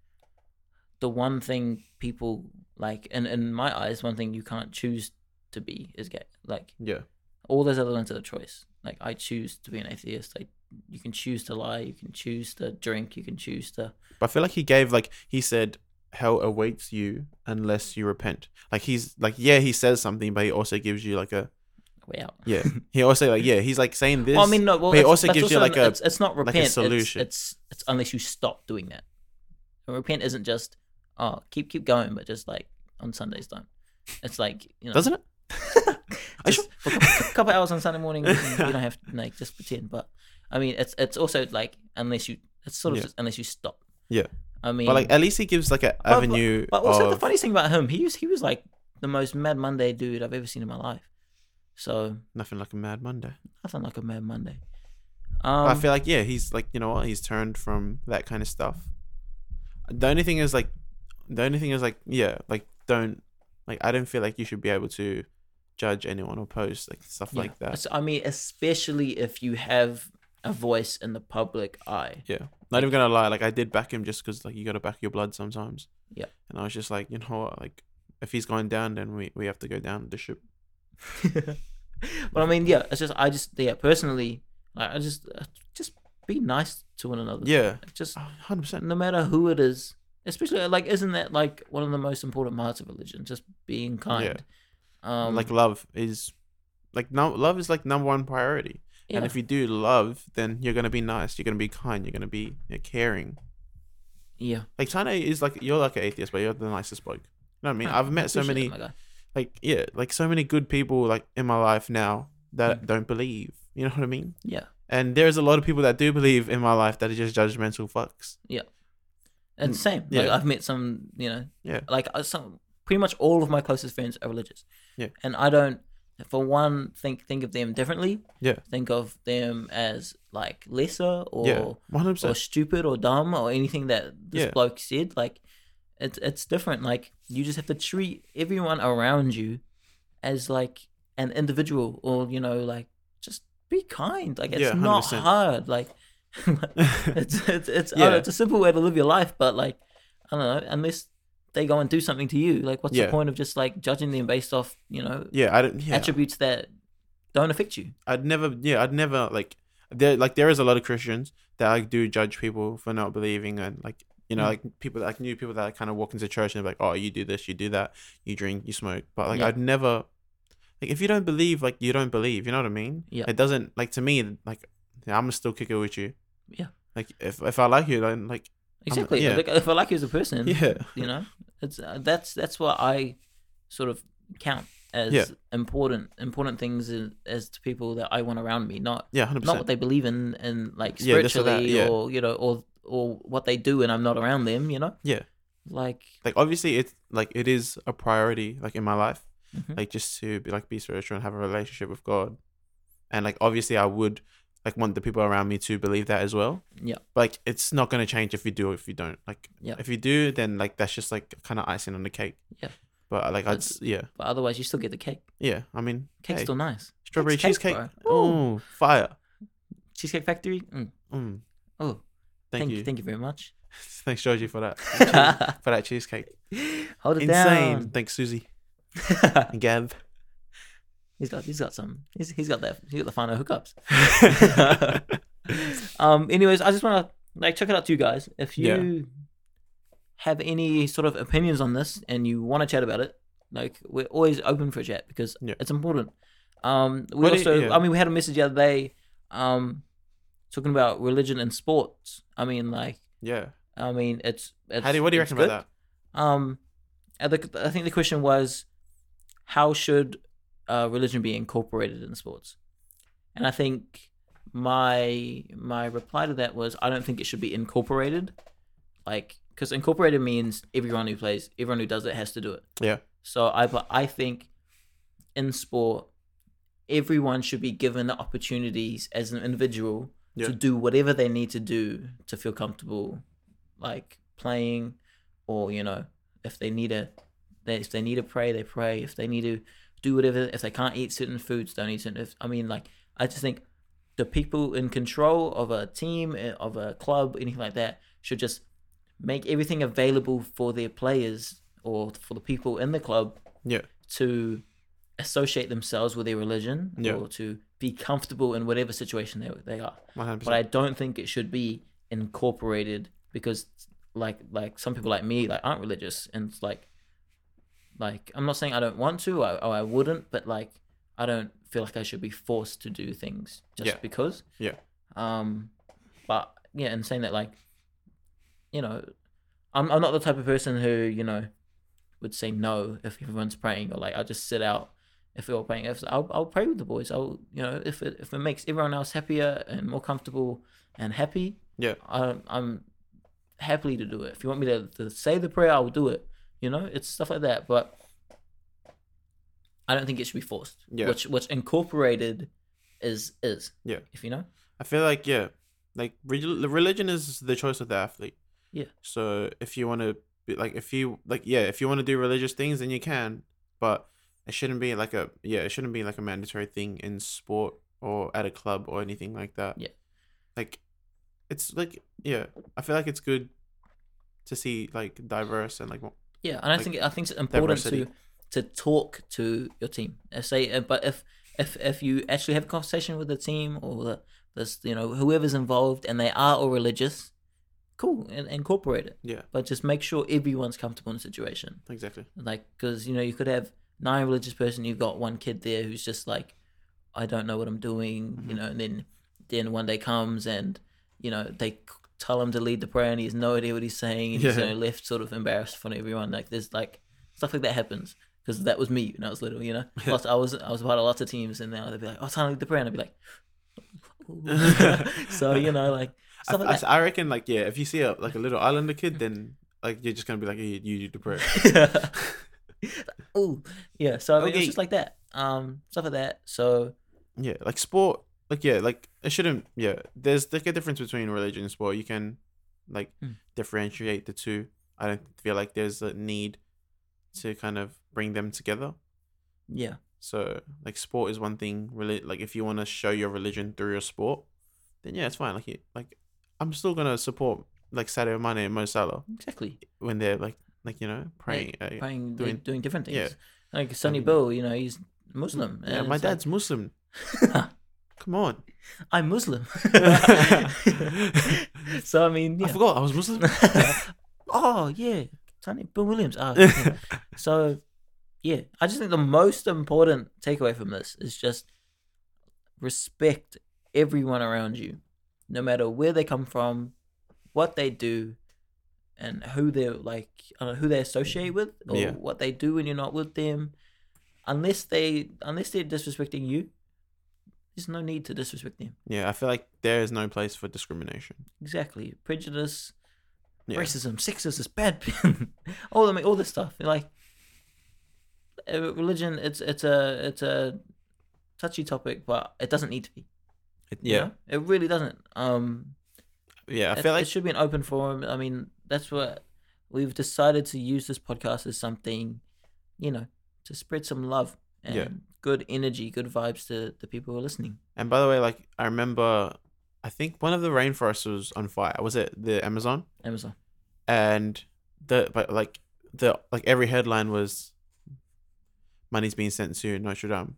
S1: the one thing people like, and in my eyes, one thing you can't choose to be is gay. Like
S2: Yeah.
S1: all those other ones are a choice. Like I choose to be an atheist. Like you can choose to lie, you can choose to drink, you can choose to.
S2: But I feel like he gave like he said hell awaits you unless you repent. Like he's like yeah, he says something, but he also gives you like a
S1: Way out.
S2: yeah. He also like yeah, he's like saying this.
S1: well, I mean, no. Well,
S2: but it
S1: it's-
S2: also
S1: that's
S2: gives you like a-
S1: it's, it's not
S2: like a
S1: repent. it's-
S2: solution.
S1: It's, it's unless you stop doing that. And repent isn't just oh keep keep going, but just like on Sundays don't. It's like you know.
S2: doesn't it? Are you
S1: just for a couple, couple hours on Sunday morning, you don't have to like just pretend. But I mean, it's it's also like unless you, it's sort of
S2: Yeah.
S1: just unless you stop.
S2: Yeah.
S1: I mean,
S2: But like at least he gives like an
S1: but-
S2: avenue
S1: but also the
S2: of
S1: funniest thing about him, he was he was like the most Mad Monday dude I've ever seen in my life. So
S2: nothing like a Mad Monday.
S1: nothing like a Mad Monday.
S2: But
S1: Um,
S2: I feel like yeah, he's like you know what he's turned from that kind of stuff. The only thing is like, the only thing is like yeah, like don't like I don't feel like you should be able to judge anyone or post like stuff
S1: yeah.
S2: like that.
S1: So, I mean, especially if you have a voice in the public eye.
S2: Yeah. Not even gonna lie, like I did back him just because like you gotta back your blood sometimes.
S1: Yeah.
S2: And I was just like, you know what, like if he's going down, then we, we have to go down with the ship.
S1: but I mean, yeah, it's just I just yeah personally, like, I just uh, just be nice to one another.
S2: Yeah,
S1: Like, just
S2: hundred percent.
S1: no matter who it is, especially like isn't that like one of the most important parts of religion? Just being kind. Um,
S2: Like love is, like no, love is like number one priority.
S1: yeah.
S2: And if you do love, then you're gonna be nice. You're gonna be kind. You're gonna be you know, caring.
S1: yeah,
S2: Like China is like you're like an atheist, but you're the nicest bloke. You know what I mean?
S1: Huh,
S2: I've met so
S1: appreciate it,
S2: many
S1: my guy. Mm.
S2: like yeah, like so many good people like in my life now that don't believe. You know what I mean?
S1: Yeah.
S2: And there's a lot of people that do believe in my life that are just judgmental fucks.
S1: And
S2: Mm,
S1: same. Like
S2: yeah.
S1: I've met some, you know,
S2: Yeah.
S1: like uh, some pretty much all of my closest friends are religious.
S2: Yeah.
S1: And I don't for one think think of them differently.
S2: Yeah.
S1: Think of them as like lesser or
S2: yeah. One hundred
S1: or
S2: percent.
S1: stupid or dumb or anything that this
S2: Yeah.
S1: bloke said. Like it's it's different. Like you just have to treat everyone around you as like an individual or, you know, like just be kind. Like it's
S2: Yeah,
S1: not
S2: 100%.
S1: hard. Like it's it's it's,
S2: Yeah.
S1: oh, it's a simple way to live your life, but like I don't know, unless they go and do something to you, like what's
S2: Yeah.
S1: the point of just like judging them based off you know
S2: Yeah, I don't. Yeah,
S1: attributes that don't affect you?
S2: I'd never. Yeah, I'd never like. There, like, there is a lot of Christians that like do judge people for not believing, and like, you know,
S1: Mm.
S2: like people that like, new people that like, kind of walk into church and be like, oh, you do this, you do that, you drink, you smoke, but like,
S1: Yeah.
S2: I'd never. Like, if you don't believe, like, you don't believe. You know what I mean?
S1: Yeah.
S2: It doesn't like to me. Like, I'm still kick it with you.
S1: Yeah.
S2: Like, if if I like you, then like,
S1: Exactly.
S2: yeah.
S1: Like, if I like you as a person,
S2: yeah,
S1: you know, it's uh, that's that's what I sort of count as
S2: Yeah.
S1: important important things as, as to people that I want around me, not
S2: yeah, hundred
S1: not what
S2: percent.
S1: they believe in and like
S2: Yeah, this or that,
S1: spiritually
S2: yeah.
S1: or you know or or what they do and I'm not around them, you know.
S2: Yeah.
S1: Like
S2: Like, obviously, it's like it is a priority, like in my life.
S1: mhm.
S2: like just to be like be spiritual and have a relationship with God. And like obviously I would like want the people around me to believe that as well.
S1: Yeah.
S2: But like it's not gonna change if you do or if you don't. Like
S1: Yeah.
S2: if you do, then like that's just like kinda icing on the cake.
S1: Yeah.
S2: But like I'd
S1: That's-
S2: s- yeah.
S1: but otherwise you still get the cake.
S2: Yeah. I mean
S1: Cake's
S2: hey,
S1: still nice.
S2: strawberry
S1: Cake's cake,
S2: cheesecake.
S1: bro.
S2: Oh fire.
S1: Cheesecake Factory. Mm.
S2: Mm.
S1: Oh,
S2: Thank, you.
S1: Thank you very much.
S2: Thanks Georgie for that. for that cheesecake.
S1: Hold it
S2: Insane.
S1: down.
S2: Thanks Susie and Gav.
S1: he's got he's got some he's, he's got that he's got the final hookups. um. Anyways, I just want to like check it out to you guys. If you
S2: Yeah.
S1: have any sort of opinions on this and you want to chat about it, like we're always open for a chat because
S2: Yeah.
S1: it's important. Um. We
S2: What do you-
S1: also,
S2: yeah.
S1: I mean, we had a message the other day, um, talking about religion and sports. I mean, like,
S2: yeah.
S1: I mean, it's. it's
S2: How do you- what do you
S1: it's
S2: reckon
S1: good.
S2: about
S1: Um, I think I think the question was, how should uh, religion be incorporated in sports? And I think my my reply to that was, I don't think it should be incorporated, like because incorporated means everyone who plays, everyone who does it has to do it.
S2: that? Yeah.
S1: So I but I think in sport, everyone should be given the opportunities as an individual
S2: Yeah.
S1: to do whatever they need to do to feel comfortable, like playing, or you know, if they need a, they, if they need to pray, they pray. If they need to do whatever, if they can't eat certain foods, don't eat certain. If, I mean, like I just think the people in control of a team, eh, of a club, anything like that, should just make everything available for their players or for the people in the club
S2: Yeah.
S1: to associate themselves with their religion
S2: Yeah.
S1: or to be comfortable in whatever situation they, they are.
S2: One hundred
S1: But I
S2: percent.
S1: don't think it should be incorporated because like like some people like me like aren't religious and it's like like I'm not saying I don't want to I, or I wouldn't but like I don't feel like I should be forced to do things just
S2: Yeah.
S1: because
S2: Yeah.
S1: um but yeah and saying that like you know I'm I'm not the type of person who you know would say no if everyone's praying or like I'll just sit out if we are praying if I'll, I'll pray with the boys I'll you know if it, if it makes everyone else happier and more comfortable and happy
S2: Yeah.
S1: I, I'm happily to do it if you want me to, to say the prayer I'll do it you know it's stuff like that but I don't think it should be forced
S2: Yeah.
S1: which which incorporated is is
S2: Yeah.
S1: if you know
S2: I feel like yeah, like relig- religion is the choice of the athlete.
S1: Yeah.
S2: So if you want to be like, if you like, yeah, if you want to do religious things, then you can, but it shouldn't be like a yeah, it shouldn't be like a mandatory thing in sport or at a club or anything like that.
S1: Yeah.
S2: Like, it's like yeah, I feel like it's good to see like diverse and like mo-
S1: Yeah, and I
S2: like,
S1: think I think it's important to
S2: diversity.
S1: to talk to your team. Uh, Say, uh, but if if if you actually have a conversation with the team or the this you know whoever's involved and they are all religious, cool, and incorporate it.
S2: yeah,
S1: But just make sure everyone's comfortable in the situation.
S2: exactly.
S1: Like, because you know you could have nine religious person, you've got one kid there who's just like, I don't know what I'm doing,
S2: Mm-hmm.
S1: you know. And then then one day comes and you know they c- tell him to lead the prayer and he has no idea what he's saying and he's
S2: Yeah.
S1: you know, left sort of embarrassed in front of everyone. Like there's like stuff like that happens because that was me when I was little, you know. Plus I was I was part of lots of teams and now they'd be like, oh, time to lead the prayer and I'd be like, so you know, like
S2: I,
S1: stuff like
S2: I- I reckon, like, yeah, if you see a like a little islander kid, then like you're just gonna be like, hey, you, you depressed.
S1: that. Ooh, yeah. So I mean,
S2: Okay.
S1: it's just like that. Um, stuff like that. So
S2: yeah, like sport, like yeah, like it shouldn't. Yeah, there's like a difference between religion and sport. You can like
S1: Mm.
S2: differentiate the two. I don't feel like there's a need to kind of bring them together.
S1: yeah,
S2: So like sport is one thing. Really, like if you want to show your religion through your sport, then yeah, it's fine. Like it, like I'm still gonna support like Sadio Mane and Mo Salah
S1: exactly. when
S2: when they're like like you know praying. uh,
S1: Playing, doing,
S2: doing-
S1: doing different things.
S2: yeah.
S1: Like Sonny
S2: Um,
S1: Bill, you know, he's Muslim.
S2: yeah,
S1: and
S2: my
S1: it's like,
S2: dad's Muslim. Come on.
S1: I'm Muslim.
S2: I
S1: so I mean, yeah.
S2: forgot I was Muslim.
S1: oh yeah, Sonny Bill Williams. Oh, yeah. so yeah, I just think the most important takeaway from this is just respect everyone around you, no matter where they come from, what they do, and who they're like, I don't know, who they associate with, or
S2: Yeah.
S1: what they do when you're not with them. Unless they, unless they're disrespecting you, there's no need to disrespect them.
S2: yeah, I feel like there is no place for discrimination.
S1: Exactly, prejudice,
S2: Yeah.
S1: racism, sexism, bad, all I mean, all this stuff. Like uh, religion, it's it's a it's a touchy topic, but it doesn't need to be. you
S2: yeah.
S1: know? it really doesn't. Um,
S2: Yeah, I
S1: it-
S2: feel
S1: it
S2: like
S1: should be an open forum. I mean, that's what we've decided to use this podcast as something, you know, to spread some love and
S2: Yeah.
S1: good energy, good vibes to the people who are listening.
S2: and by the way, like I remember I think one of the rainforests was on fire. Was it the Amazon?
S1: Amazon.
S2: And the but like the like every headline was money's being sent to Notre Dame.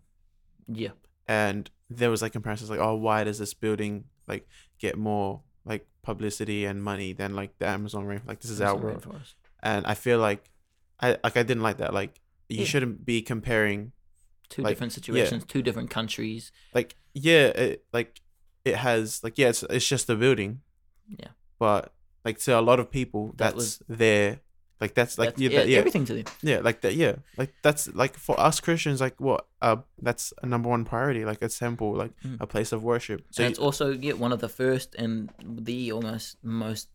S1: Yeah.
S2: and there was like comparisons like oh why does this building like get more like publicity and money than like the amazon rain like this is our
S1: Amazon
S2: world
S1: rainforest.
S2: and i feel like i like i didn't like that like you
S1: Yeah.
S2: shouldn't be comparing
S1: Two
S2: Like,
S1: different situations, two different countries.
S2: like yeah it, like it has like yeah it's, it's just a building
S1: Yeah.
S2: but like to a lot of people
S1: That
S2: that's
S1: was-
S2: their like that's like
S1: That's-
S2: yeah,
S1: yeah,
S2: that, yeah
S1: everything to them.
S2: yeah like that yeah like that's like for us christians like what uh that's a number one priority like a temple like
S1: Mm.
S2: a place of worship
S1: So
S2: you-
S1: it's also yeah, one of the first and the almost most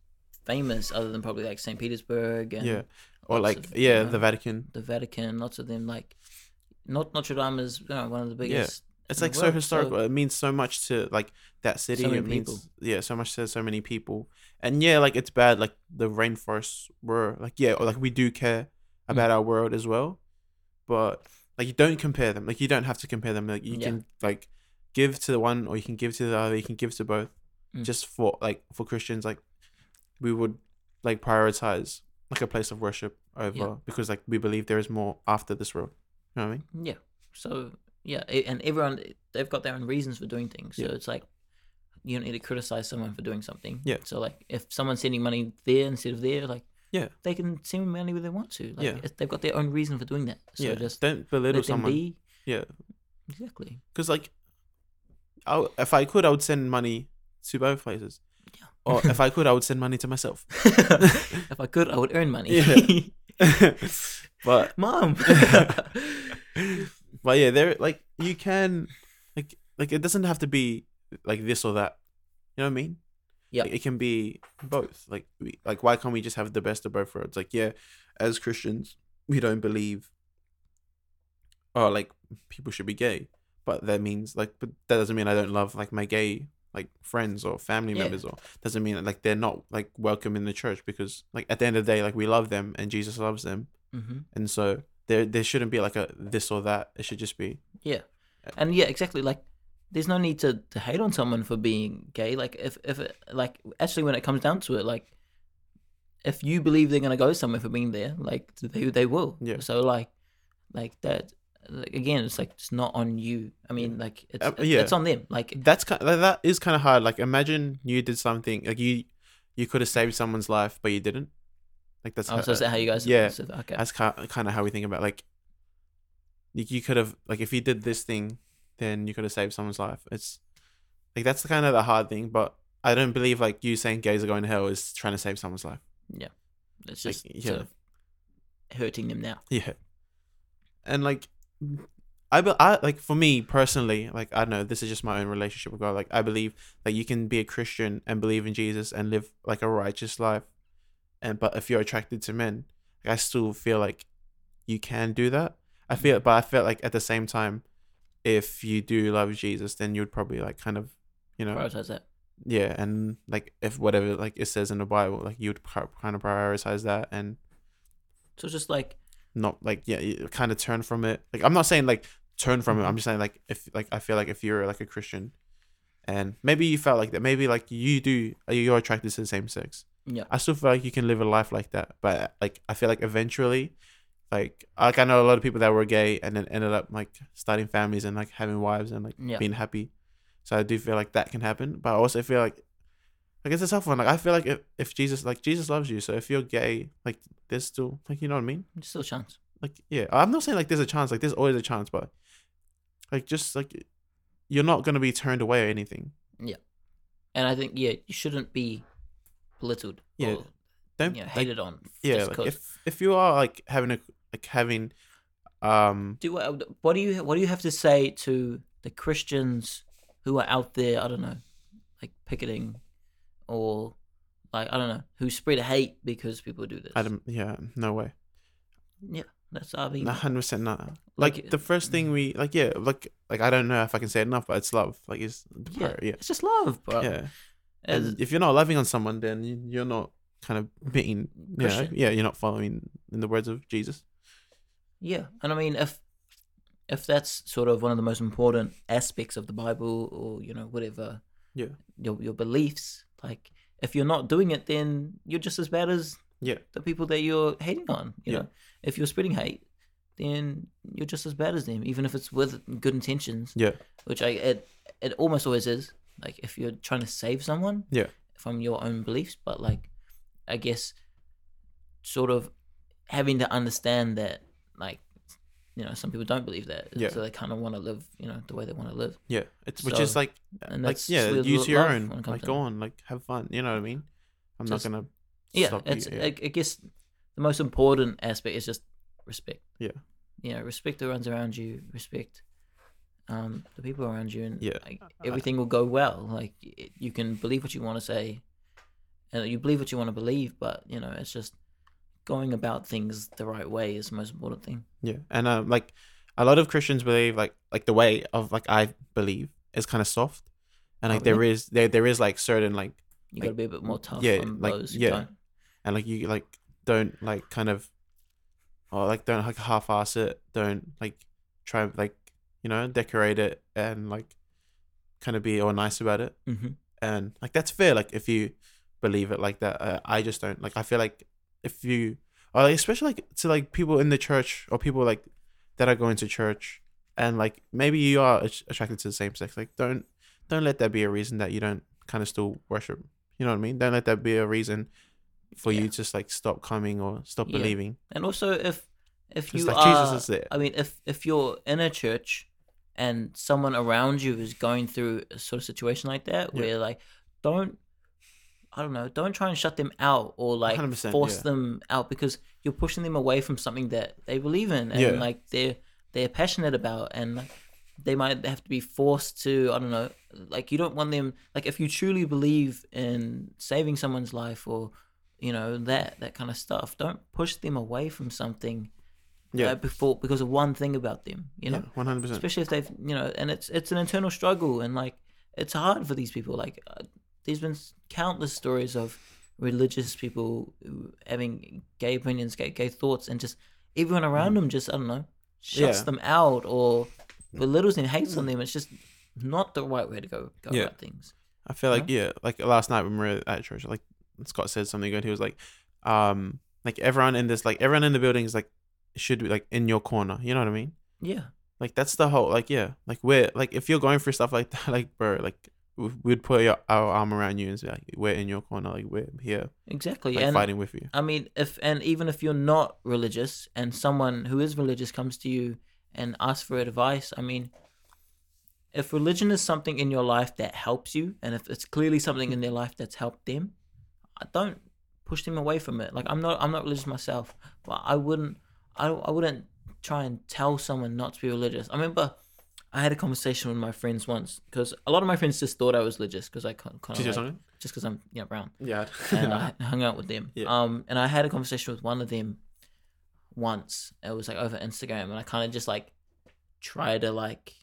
S1: famous, other than probably like St. Petersburg and
S2: yeah or
S1: lots
S2: like
S1: of,
S2: yeah
S1: you know,
S2: the vatican
S1: the Vatican. Lots of them like not Notre Dame is you know, one of the biggest.
S2: it's
S1: in the
S2: like so
S1: world,
S2: historical it means so much to like that city
S1: many
S2: it means
S1: people.
S2: yeah so much to so many people and yeah like it's bad like the rainforests were like yeah or like we do care
S1: Mm.
S2: about our world as well but like you don't compare them like you don't have to compare them like you
S1: Yeah.
S2: can like give to the one or you can give to the other you can give to both
S1: Mm.
S2: just for like for christians like we would like prioritize like a place of worship over because like we believe there is more after this world you know what i mean
S1: Yeah. So yeah, e- and everyone they've got their own reasons for doing things. So
S2: Yeah.
S1: it's like you don't need to criticize someone for doing something.
S2: Yeah.
S1: So like if someone's sending money there instead of there, like
S2: Yeah.
S1: they can send money where they want to. Like
S2: Yeah.
S1: if- they've got their own reason for doing that. So
S2: yeah,
S1: just
S2: don't belittle
S1: let them
S2: someone.
S1: be.
S2: Yeah,
S1: Exactly.
S2: because like, I w- if I could, I would send money to both places.
S1: Yeah.
S2: Or if I could, I would send money to myself.
S1: if I could, I would earn money.
S2: Yeah. but
S1: Mom. Mm-hmm.
S2: but yeah, there like you can like like it doesn't have to be like this or that. You know what I mean?
S1: Yeah.
S2: Like, it can be both. Like we, like why can't we just have the best of both worlds? Like yeah, as Christians, we don't believe oh like people should be gay. But that means like but that doesn't mean I don't love like my gay like friends or family
S1: Yeah.
S2: members or doesn't mean like they're not like welcome in the church because like at the end of the day like we love them and Jesus loves them
S1: hmm
S2: and so there there shouldn't be like a this or that. It should just be
S1: Yeah. And yeah, exactly. Like, there's no need to, to hate on someone for being gay. Like, if, if it, like, actually, when it comes down to it, like, if you believe they're going to go somewhere for being there, like, they, they will.
S2: Yeah.
S1: So, like, like that, like, again, it's like, it's not on you. I mean, like, it's,
S2: Uh,
S1: it's-
S2: yeah.
S1: it's on them. Like,
S2: that's kind like, that is kind of hard. Like imagine you did something like you you could have saved someone's life but you didn't. Like that's
S1: oh,
S2: ho-
S1: so is that how you guys,
S2: yeah.
S1: so- okay.
S2: that's kind of how we think about like you, you could have like if you did this thing then you could have saved someone's life. It's like that's kind of the hard thing, but I don't believe like you saying gays are going to hell is trying to save someone's life.
S1: It's
S2: like,
S1: just
S2: yeah.
S1: sort of hurting them now.
S2: Yeah. And like I, be, I like for me personally, like I don't know, this is just my own relationship with God. Like I believe that you can be a Christian and believe in Jesus and live like a righteous life, and but if you're attracted to men, like, I still feel like you can do that. I feel, but I felt like at the same time, if you do love Jesus, then you would probably like kind of, you know,
S1: Prioritize that.
S2: yeah, and like if whatever like it says in the Bible, like you would pri- kind of prioritize that and
S1: So just like
S2: not like yeah you kind of turn from it like i'm not saying like turn from it i'm just saying like if like i feel like if you're like a christian and maybe you felt like that maybe like you do uh, you're attracted to the same sex
S1: yeah,
S2: i still feel like you can live a life like that but like i feel like eventually like like i know a lot of people that were gay and then ended up like starting families and like having wives and like
S1: Yeah.
S2: being happy so i do feel like that can happen but i also feel like like it's a tough one like i feel like if, if jesus like jesus loves you so if you're gay like there's still like you know what i mean
S1: there's still a chance.
S2: like yeah i'm not saying like there's a chance like there's always a chance but like just like you're not going to be turned away or anything
S1: And I think yeah, you shouldn't be belittled.
S2: Yeah,
S1: or,
S2: don't
S1: you know,
S2: like,
S1: hated on.
S2: yeah
S1: just
S2: like,
S1: 'cause.
S2: if if you are like having a like having um
S1: do what, what do you what do you have to say to the Christians who are out there? I don't know, like picketing, or like I don't know, who spread hate because people do this.
S2: I don't yeah no way
S1: Yeah, that's I mean.
S2: No, 100% not like,
S1: Like, mm.
S2: the first thing we like yeah like like i don't know if i can say it enough but it's love like it's the
S1: Yeah,
S2: prayer, yeah
S1: it's just love, bro.
S2: yeah
S1: It's-
S2: and if you're not loving on someone then you- you're not kind of being you know,
S1: Christian.
S2: yeah you're not following in the words of jesus
S1: Yeah, and I mean, if if that's sort of one of the most important aspects of the Bible, or you know, whatever,
S2: Yeah.
S1: your your beliefs, like if you're not doing it, then you're just as bad as
S2: Yeah.
S1: the people that you're hating on. You
S2: Yeah.
S1: know, if you're spreading hate, then you're just as bad as them, even if it's with good intentions.
S2: Yeah.
S1: which I it it almost always is. Like if you're trying to save someone,
S2: Yeah.
S1: from your own beliefs, but like, I guess, sort of having to understand that like you know some people don't believe that
S2: Yeah.
S1: so they kind of want to live you know the way they want to live
S2: yeah it's which is
S1: So-
S2: like
S1: and
S2: like
S1: that's
S2: yeah,
S1: just
S2: use
S1: lo-
S2: your
S1: love
S2: own.
S1: when it comes
S2: Like
S1: to
S2: go
S1: it.
S2: on, like have fun. You know what I mean? I'm
S1: Just-
S2: not gonna
S1: yeah
S2: stop you,
S1: it's
S2: yeah.
S1: I, I guess the most important aspect is just respect
S2: Yeah.
S1: you know respect the ones around you respect um the people around you and
S2: Yeah.
S1: like, everything will go well like it, you can believe what you want to say and you believe what you want to believe but you know it's just going about things the right way is the most important thing
S2: yeah. And um, like a lot of Christians believe like like the way of like I believe is kind of soft, and
S1: Oh,
S2: like there is there there is like certain like
S1: you
S2: Like,
S1: got to be a bit more tough
S2: yeah,
S1: on
S2: like,
S1: those who
S2: yeah.
S1: don't
S2: and like you like don't like kind of or like don't like half-ass it. Don't like try like you know decorate it and like kind of be all nice about it.
S1: mm-hmm.
S2: and like that's fair like if you believe it like that uh, i just don't like i feel like if you or like, especially like to like people in the church or people like that are going to church and like maybe you are att- attracted to the same sex like don't don't let that be a reason that you don't kind of still worship you know what i mean don't let that be a reason for you
S1: Yeah.
S2: to just like stop coming or stop
S1: Yeah.
S2: believing
S1: And also, if if
S2: because
S1: you
S2: like
S1: are,
S2: jesus is there
S1: I mean, if if you're in a church and someone around you is going through a sort of situation like that,
S2: Yeah.
S1: where like, don't, I don't know, don't try and shut them out or like
S2: 100%,
S1: force
S2: yeah.
S1: them out because you're pushing them away from something that they believe in and
S2: Yeah.
S1: like they're they're passionate about and. Like, they might have to be forced to i don't know like you don't want them like if you truly believe in saving someone's life or you know that that kind of stuff don't push them away from something
S2: yeah
S1: uh, before because of one thing about them you know
S2: yeah 100%
S1: especially if they've you know and it's it's an internal struggle and like it's hard for these people like uh, there's been s- countless stories of religious people who- having gay opinions gay, gay thoughts and just everyone around them just i don't know shuts
S2: Mm. Yeah.
S1: them out or belittles them hates on them it's just not the right way to go go
S2: Yeah.
S1: about things
S2: I feel like yeah, like last night when we were at church, like Scott said something good. He was like, um, like everyone in this, like everyone in the building is like should be like in your corner. You know what I mean?
S1: yeah
S2: Like that's the whole like yeah, like we're like if you're going through stuff like that, like bro, like we- we'd put your, our arm around you and say like we're in your corner, like we're here,
S1: exactly
S2: like
S1: and
S2: fighting with you.
S1: I mean, if and even if you're not religious, and someone who is religious comes to you and asks for advice, I mean, if religion is something in your life that helps you, and if it's clearly something in their life that's helped them, I don't push them away from it. Like I'm not, I'm not religious myself, but I wouldn't, I, I wouldn't try and tell someone not to be religious. I remember I had a conversation with my friends once because a lot of my friends just thought I was religious because I kind of
S2: Did you
S1: like,
S2: do something?
S1: just because I'm you know brown
S2: Yeah.
S1: and I hung out with them.
S2: Yeah.
S1: Um, and I had a conversation with one of them once. It was like over Instagram, and I kind of just like try to like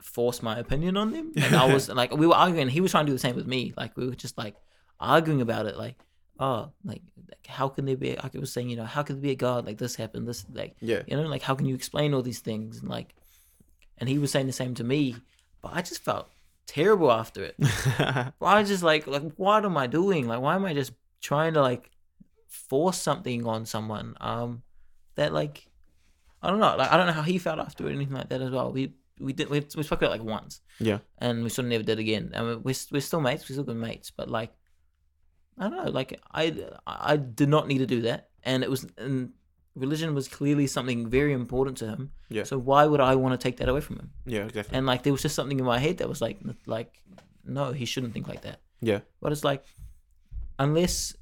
S1: force my opinion on them. And I was like, we were arguing. He was trying to do the same with me. Like we were just like arguing about it. Like, oh, like, like how can there be? I was saying, you know, how could there be a god? Like this happened. This like
S2: yeah.
S1: you know like how can you explain all these things and like and he was saying the same to me but i just felt terrible after it well, I was just like, like, what am I doing? Like, why am I just trying to like force something on someone? Um, that like, I don't know. Like, I don't know how he felt after it or anything like that as well. We we did we, we spoke about it like once,
S2: yeah.
S1: and we sort of never did again. And we- we're we're still mates. We're still good mates, but like, I don't know. Like, I I did not need to do that, and it was and religion was clearly something very important to him.
S2: Yeah.
S1: So why would I want to take that away from him?
S2: Yeah. Exactly.
S1: And like, there was just something in my head that was like, n- like, no, he shouldn't think like that.
S2: yeah.
S1: But it's like, unless,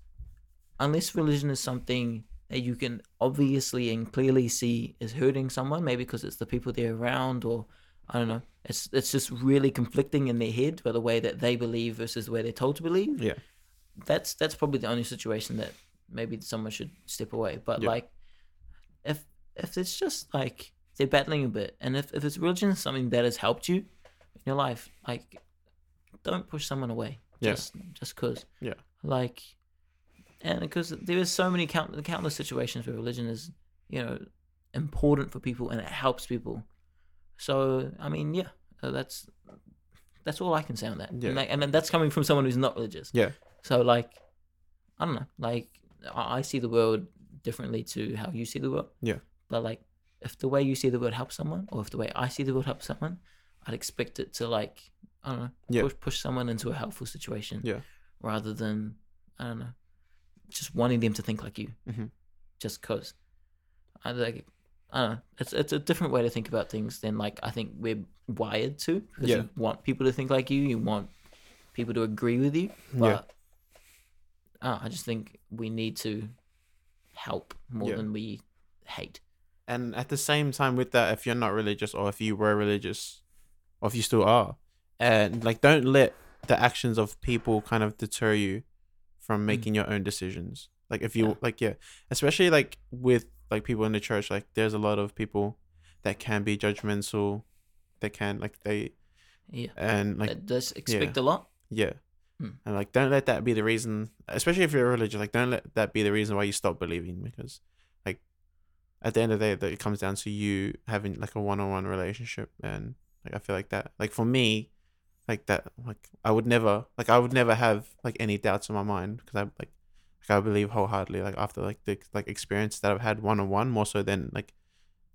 S1: unless religion is something that you can obviously and clearly see is hurting someone, maybe because it's the people they're around, or I don't know, it's it's just really conflicting in their head by the way that they believe versus the way they're told to believe.
S2: Yeah.
S1: That's that's probably the only situation that maybe someone should step away. But
S2: Yeah.
S1: like, if if it's just like they're battling a bit, and if if it's religion is something that has helped you in your life, like, don't push someone away.
S2: Yeah.
S1: Just just cause
S2: Yeah.
S1: like and because there is so many count, countless situations where religion is you know important for people and it helps people so i mean yeah so that's that's all i can say on that
S2: Yeah.
S1: and, like, and then that's coming from someone who's not religious
S2: Yeah.
S1: so like i don't know like i I see the world differently to how you see the world
S2: Yeah.
S1: but like if the way you see the world helps someone or if the way i see the world helps someone i'd expect it to like i don't know
S2: Yeah.
S1: push, push someone into a helpful situation
S2: Yeah.
S1: rather than I don't know, just wanting them to think like you,
S2: Mhm.
S1: just cause. I like, I don't know. It's it's a different way to think about things than like I think we're wired to because
S2: Yeah.
S1: you want people to think like you, you want people to agree with you,
S2: Yeah.
S1: but uh, I just think we need to help more
S2: Yeah.
S1: than we hate.
S2: And at the same time, with that, if you're not religious or if you were religious, or if you still are, and like don't let the actions of people kind of deter you from making your own decisions. Like if you
S1: Yeah.
S2: like, yeah, especially like with like people in the church, like there's a lot of people that can be judgmental. They can like they
S1: Yeah,
S2: and like
S1: Uh, just expect a lot.
S2: yeah.
S1: Mm.
S2: And like don't let that be the reason especially if you're religious, like don't let that be the reason why you stop believing because like at the end of the day that it comes down to you having like a one on one relationship and like I feel like that like for me like that like I would never like I would never have like any doubts in my mind because I like like I believe wholeheartedly like after like the like experience that I've had one on one more so than like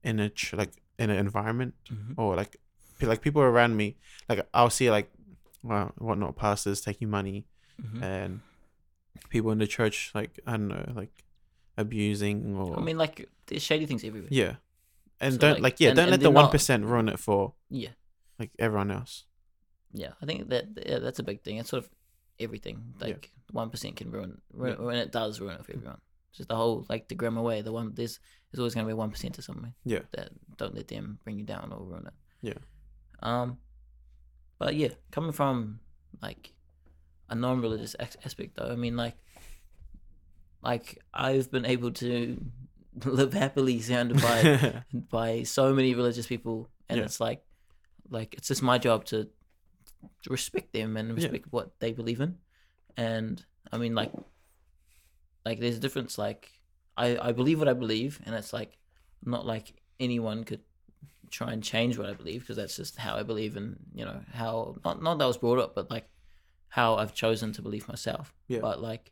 S2: in a ch- like in an environment
S1: Mhm.
S2: or like pe- like people around me like i'll see like well whatnot pastors taking money
S1: Mhm.
S2: and people in the church like i don't know like abusing or
S1: I mean, like there's shady things everywhere.
S2: yeah and
S1: So,
S2: don't
S1: like-
S2: like, yeah
S1: and-
S2: don't
S1: and
S2: let the
S1: they're not-
S2: one percent ruin it for
S1: yeah.
S2: like everyone else
S1: yeah, I think that yeah, that's a big thing. It's sort of everything.
S2: Yeah.
S1: Like one can ruin, ruin
S2: Yeah.
S1: when it does ruin it for everyone. It's Just the whole like the grammar way. The one there's there's always going to be one percent or something.
S2: Yeah.
S1: that don't let them bring you down or ruin it.
S2: Yeah.
S1: Um, but yeah, coming from like a non-religious ex- aspect though, I mean like like I've been able to live happily surrounded by
S2: yeah
S1: by so many religious people and
S2: Yeah.
S1: it's like like it's just my job to to respect them and
S2: Yeah.
S1: respect what they believe in and i mean like like there's a difference like i i believe what i believe and it's like not like anyone could try and change what i believe because that's just how i believe and you know how not not that I was brought up but like how i've chosen to believe myself
S2: Yeah.
S1: but like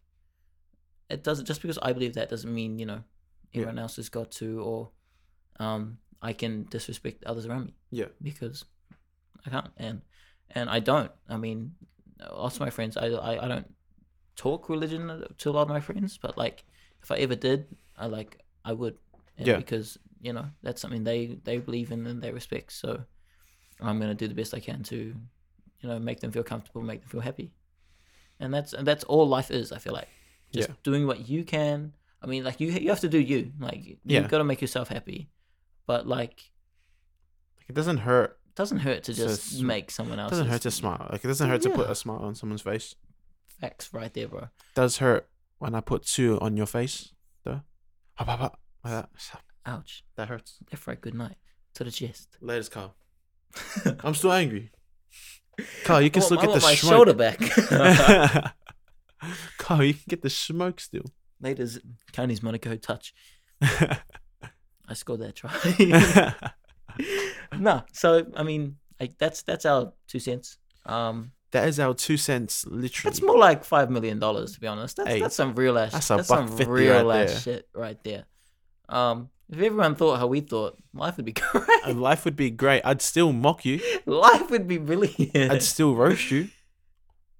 S1: it doesn't just because i believe that doesn't mean you know
S2: Yeah.
S1: everyone else has got to or um, I can disrespect others around me
S2: yeah
S1: because I can't, and and I don't. I mean, lots of my friends, I, I I don't talk religion to a lot of my friends, but like if I ever did, I like I would, and
S2: Yeah.
S1: because you know that's something they they believe in and they respect. So I'm gonna do the best I can to, you know, make them feel comfortable, make them feel happy, and that's and that's all life is. I feel like just
S2: Yeah.
S1: doing what you can. I mean, like you you have to do you. Like you
S2: Yeah.
S1: got to make yourself happy but like
S2: Like, it doesn't hurt.
S1: it doesn't hurt to
S2: So
S1: just
S2: sm-
S1: make someone
S2: It
S1: else
S2: doesn't hurt to smile. Like it doesn't hurt to put
S1: Yeah.
S2: a smile on someone's face.
S1: facts right there, bro.
S2: Does hurt when I put two on your face though. Hop, hop, hop. Like that.
S1: Ouch.
S2: That hurts.
S1: Therefore, good night to the chest.
S2: Latest, Carl. I'm still angry. Carl, you can
S1: I
S2: still
S1: want- I
S2: get the
S1: want my
S2: smoke.
S1: shoulder back.
S2: Carl, you can get the smoke still.
S1: Later's Counties Monaco touch. I scored that try.
S2: that
S1: no, so I mean, like that's that's our two cents. Um,
S2: is our two cents, literally.
S1: that's more like five million dollars to be honest. That's
S2: Hey,
S1: that's some real ass.
S2: that's
S1: That's,
S2: a buck
S1: some
S2: 50
S1: real
S2: right
S1: ass shit right there. Um, if everyone thought how we thought, life would be great.
S2: Uh, Life would be great. I'd still mock you.
S1: life would be brilliant.
S2: I'd still roast you.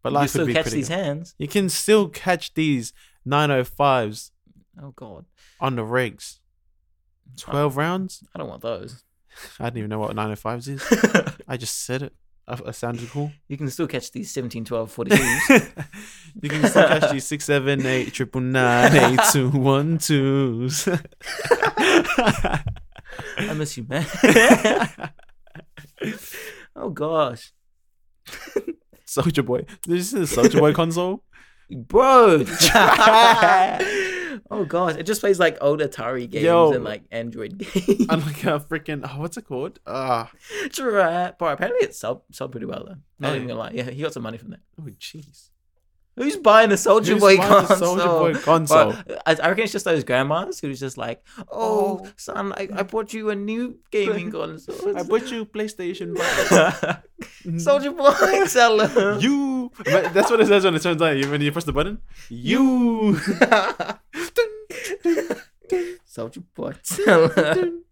S2: But
S1: you
S2: life
S1: still
S2: would be
S1: catch
S2: pretty
S1: these
S2: good.
S1: hands.
S2: You can still catch these 905s
S1: Oh god,
S2: on the rigs. 12 rounds?
S1: I don't want those.
S2: I didn't even know what 905s is. I just said it. I, I sounded cool.
S1: you can still catch these 17, 12, 42s.
S2: you can still catch these 678 triple nine eight two one twos.
S1: I miss you, man. oh gosh,
S2: Soldier Boy. This is a Soldier Boy console.
S1: bro. oh gosh, it just plays like old Atari games
S2: Yo.
S1: and like Android games.
S2: Unlike a freaking oh, what's it called? Ah,
S1: Right, but apparently it sold, sold pretty well though. Not
S2: Hey.
S1: even gonna lie, yeah, he got some money from that.
S2: oh jeez.
S1: Who's buying a Soldier
S2: Who's
S1: Boy
S2: buying a
S1: console?
S2: Soulja Boy console?
S1: But I, I reckon it's just those grandmas who's just like, "Oh,
S2: Oh.
S1: son, I, I bought you a new gaming console."
S2: I bought you PlayStation.
S1: Soldier Boy, tell him.
S2: you. But That's what it says when it turns out. You- When you press the button, you.
S1: Soldier Boy, tell him.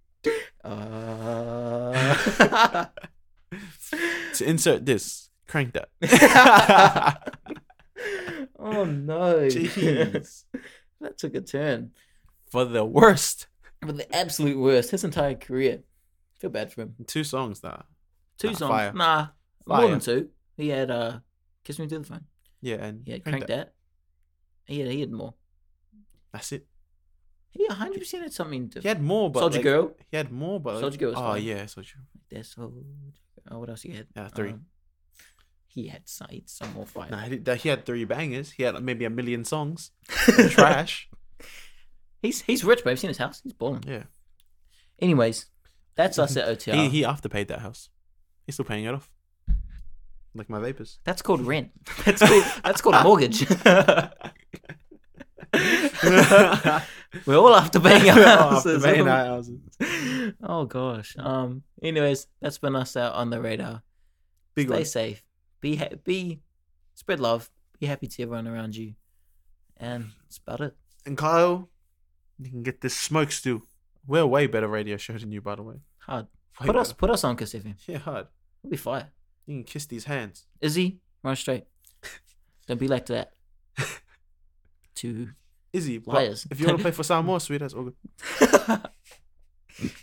S1: Uh...
S2: to insert this, crank that.
S1: oh no!
S2: Jeez.
S1: that took a turn.
S2: For the worst.
S1: But the absolute worst, his entire career. Feel bad for him.
S2: Two songs that.
S1: Two
S2: Nah,
S1: songs.
S2: fire.
S1: Nah,
S2: Fire.
S1: more than two. He had uh, "Kiss Me Through the Phone."
S2: Yeah, and
S1: He had "Crank That." He had he had more.
S2: That's it.
S1: He 100 percent had something
S2: He
S1: different.
S2: had more, but
S1: Soldier
S2: like,
S1: Girl.
S2: He had more, but like,
S1: Soulja Girl was
S2: Oh
S1: fine.
S2: yeah, Soldier.
S1: There's Soldier. Oh, what else he had?
S2: Yeah, three.
S1: Um, he had some, he had some more fire.
S2: Nah, he, did- that- he had three bangers. He had like, maybe a million songs. Trash.
S1: He's he's rich, but I've seen his house. He's balling.
S2: Yeah.
S1: Anyways, that's us at OTR.
S2: He he afterpaid that house. He's still paying it off. Like my vapors.
S1: That's called rent. That's called that's called a mortgage. We're all after paying our houses.
S2: Afterpaying our houses.
S1: oh gosh. Um. Anyways, that's been us out on the radar.
S2: Big
S1: Stay
S2: one.
S1: safe. Be ha- be spread love. Be happy to everyone around you. And that's about it.
S2: And Kyle, you can get this smoke stew. We're a way better radio show than you, by the way.
S1: Hard.
S2: Way
S1: put us
S2: better.
S1: put us on Kiss FM.
S2: Yeah, hard.
S1: We'll be fire.
S2: You can kiss these hands.
S1: Izzy, run straight. Don't be like that. Two.
S2: Izzy, but
S1: Liars.
S2: If you want to play for Samoa, sweet, that's all good.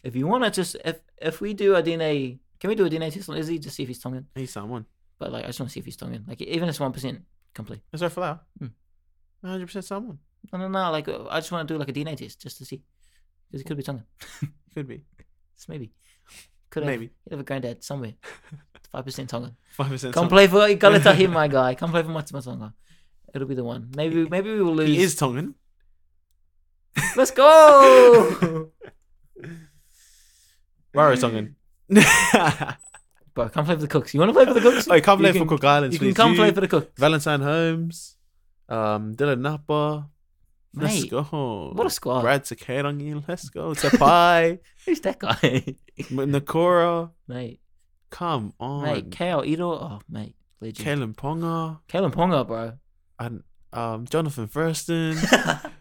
S1: if you want to just if if we do a DNA, can we do a DNA test on Izzy to see if he's Tongan?
S2: He's someone.
S1: But like, I just want to see if he's Tongan. Like, even if it's one percent complete.
S2: Is that flower?
S1: Hmm.
S2: 100% someone.
S1: No, no, no. Like, uh, I just want to do like a DNA test just to see, because he could be Tongan.
S2: Could be.
S1: It's maybe. Could have,
S2: Maybe.
S1: He'd have a granddad somewhere. Five percent Tongan.
S2: 5%
S1: Come
S2: someone.
S1: play for Galata here, my guy. Come play for Matsuma Tonga. It'll be the one. Maybe, maybe we will lose.
S2: He is Tongan.
S1: Let's go,
S2: Rara Tongan. oh,
S1: bro. Come play for the Cooks. You want to play for the Cooks?
S2: come
S1: You
S2: play
S1: can-
S2: for Cook Island.
S1: You can come play for the Cooks.
S2: Valentine Holmes, um, Dylan Napa. Let's
S1: Mate,
S2: go.
S1: What a squad.
S2: Brad Sakarangi. Let's go. Tapai.
S1: Who's that guy?
S2: Nakora.
S1: mate,
S2: Come
S1: mate,
S2: on.
S1: Kale Ito. Oh, mate, legend. Kale,
S2: Kalen Ponga.
S1: Ponga, bro.
S2: And, um, Jonathan Thurston.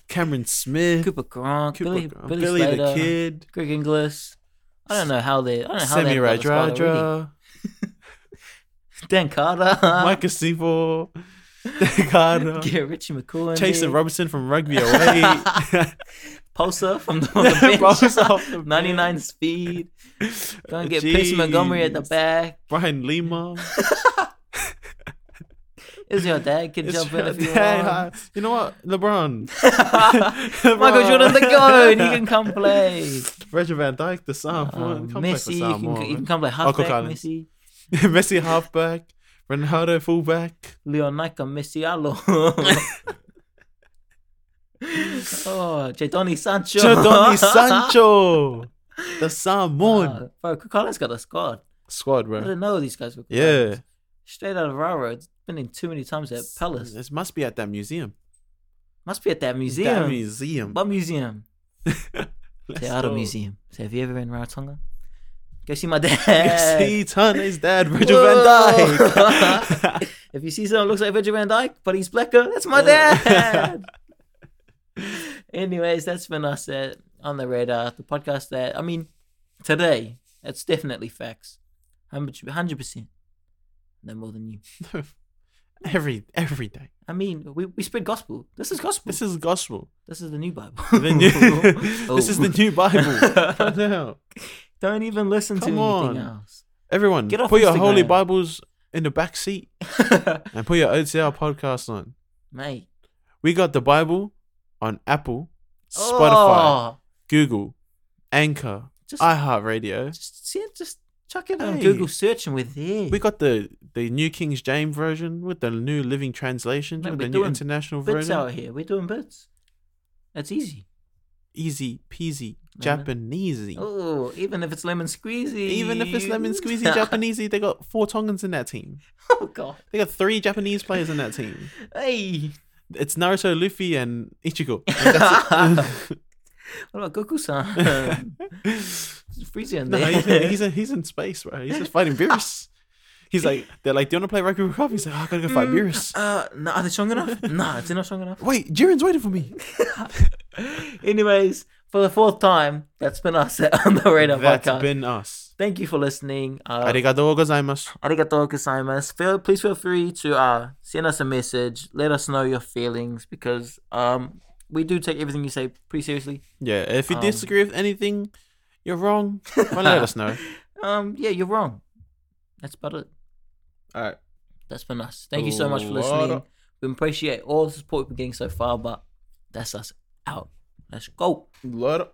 S2: Cameron Smith.
S1: Cooper Gronk,
S2: Cooper
S1: Billy,
S2: Gr-
S1: Billy,
S2: Billy
S1: Slater,
S2: the Kid.
S1: Greg Inglis. I don't know how they. I don't know how
S2: Sammy
S1: they got the squad already.
S2: Radradra.
S1: Dan Carter.
S2: Mike Casifo. Carter.
S1: Uh, Get Richie McCool. in
S2: Jason
S1: there.
S2: Robinson from Rugby Away.
S1: Pulsar from the, from the bench.
S2: Pulsar off the
S1: 99
S2: bench.
S1: speed. Go and get Pierce Montgomery at the
S2: Jeez.
S1: back.
S2: Brian Lima.
S1: Is your dad can
S2: It's
S1: jump in
S2: your
S1: if you
S2: dad.
S1: want.
S2: You know what? LeBron.
S1: Michael
S2: LeBron.
S1: Jordan, the goat, he can come play.
S2: Reggie Van Dyke, the Samoan.
S1: Um,
S2: come play for
S1: Messi, you can,
S2: Samoa,
S1: you can
S2: man.
S1: come play halfback.
S2: Collins.
S1: Messi,
S2: Messi halfback, Ronaldo fullback.
S1: Leonica Messialo. oh, Jadoni Sancho.
S2: Jadoni Sancho, the Samoan
S1: Uh, bro, Collins got a squad.
S2: squad,
S1: I
S2: bro.
S1: didn't know these guys were.
S2: Yeah,
S1: Straight out of railroads. Been in too many times at Palace.
S2: This must be at that museum.
S1: Must be at that museum.
S2: That museum.
S1: What museum?
S2: Let's
S1: The Auto
S2: go.
S1: Museum. So have you ever been to Rarotonga? Go see my dad.
S2: See, Tane's dad, Virgil Van Dyke.
S1: If you see someone who looks like Virgil Van Dyke, but he's blacker, that's my dad. Anyways, that's been us at on the radar, the podcast that I mean, today it's definitely facts, hundred percent, no more than you.
S2: every every day.
S1: I mean, we, we spread gospel. This is gospel.
S2: This is gospel.
S1: This is the new Bible.
S2: The
S1: Oh.
S2: new- this is the new Bible. Come on.
S1: Don't even listen
S2: Come
S1: to
S2: on.
S1: anything else.
S2: Everyone,
S1: Get off
S2: put your holy
S1: Instagram.
S2: Bibles in the back seat and put your OTR podcast on.
S1: Mate.
S2: We got the Bible on Apple, Spotify,
S1: Oh,
S2: Google, Anchor,
S1: just,
S2: iHeartRadio.
S1: just, see, just chuck it on
S2: Hey.
S1: Google search and we're there.
S2: We got the the New King James version with the New Living Translation
S1: Mate,
S2: with
S1: we're
S2: the New
S1: doing
S2: International
S1: bits
S2: version.
S1: out here. We're doing bits. That's easy.
S2: Easy peasy,
S1: Lemon.
S2: Japanesey.
S1: Oh, even if it's lemon squeezy.
S2: Even if it's lemon squeezy Japanesey, they got four Tongans in that team.
S1: oh god.
S2: They got three Japanese players in that team.
S1: Hey,
S2: It's Naruto, Luffy, and Ichigo.
S1: what about Goku-san? Freezy in
S2: no,
S1: there.
S2: he's, he's, he's in space, bro. He's just fighting Beerus. He's like, they're like, do you want to play rugby with Coffee? He's like, "Oh, I gotta go fight Beerus.
S1: uh, no, are they strong enough? nah, they're not strong enough.
S2: Wait, Jiren's waiting for me.
S1: Anyways, for the fourth time, that's been us at on the radar
S2: That's
S1: podcast.
S2: been us.
S1: Thank you for listening. Uh,
S2: Arigatou gozaimasu.
S1: Arigatou gozaimasu. Feel, please feel free to uh, send us a message. Let us know your feelings because um, we do take everything you say pretty seriously.
S2: Yeah, if you
S1: Um,
S2: disagree with anything, you're wrong. Well, let us know.
S1: Um, yeah, you're wrong. That's about it.
S2: All right.
S1: That's been us. Thank you so much for listening.
S2: Lotta-
S1: We appreciate all the support we're getting so far, but that's us out. Let's go.
S2: Later.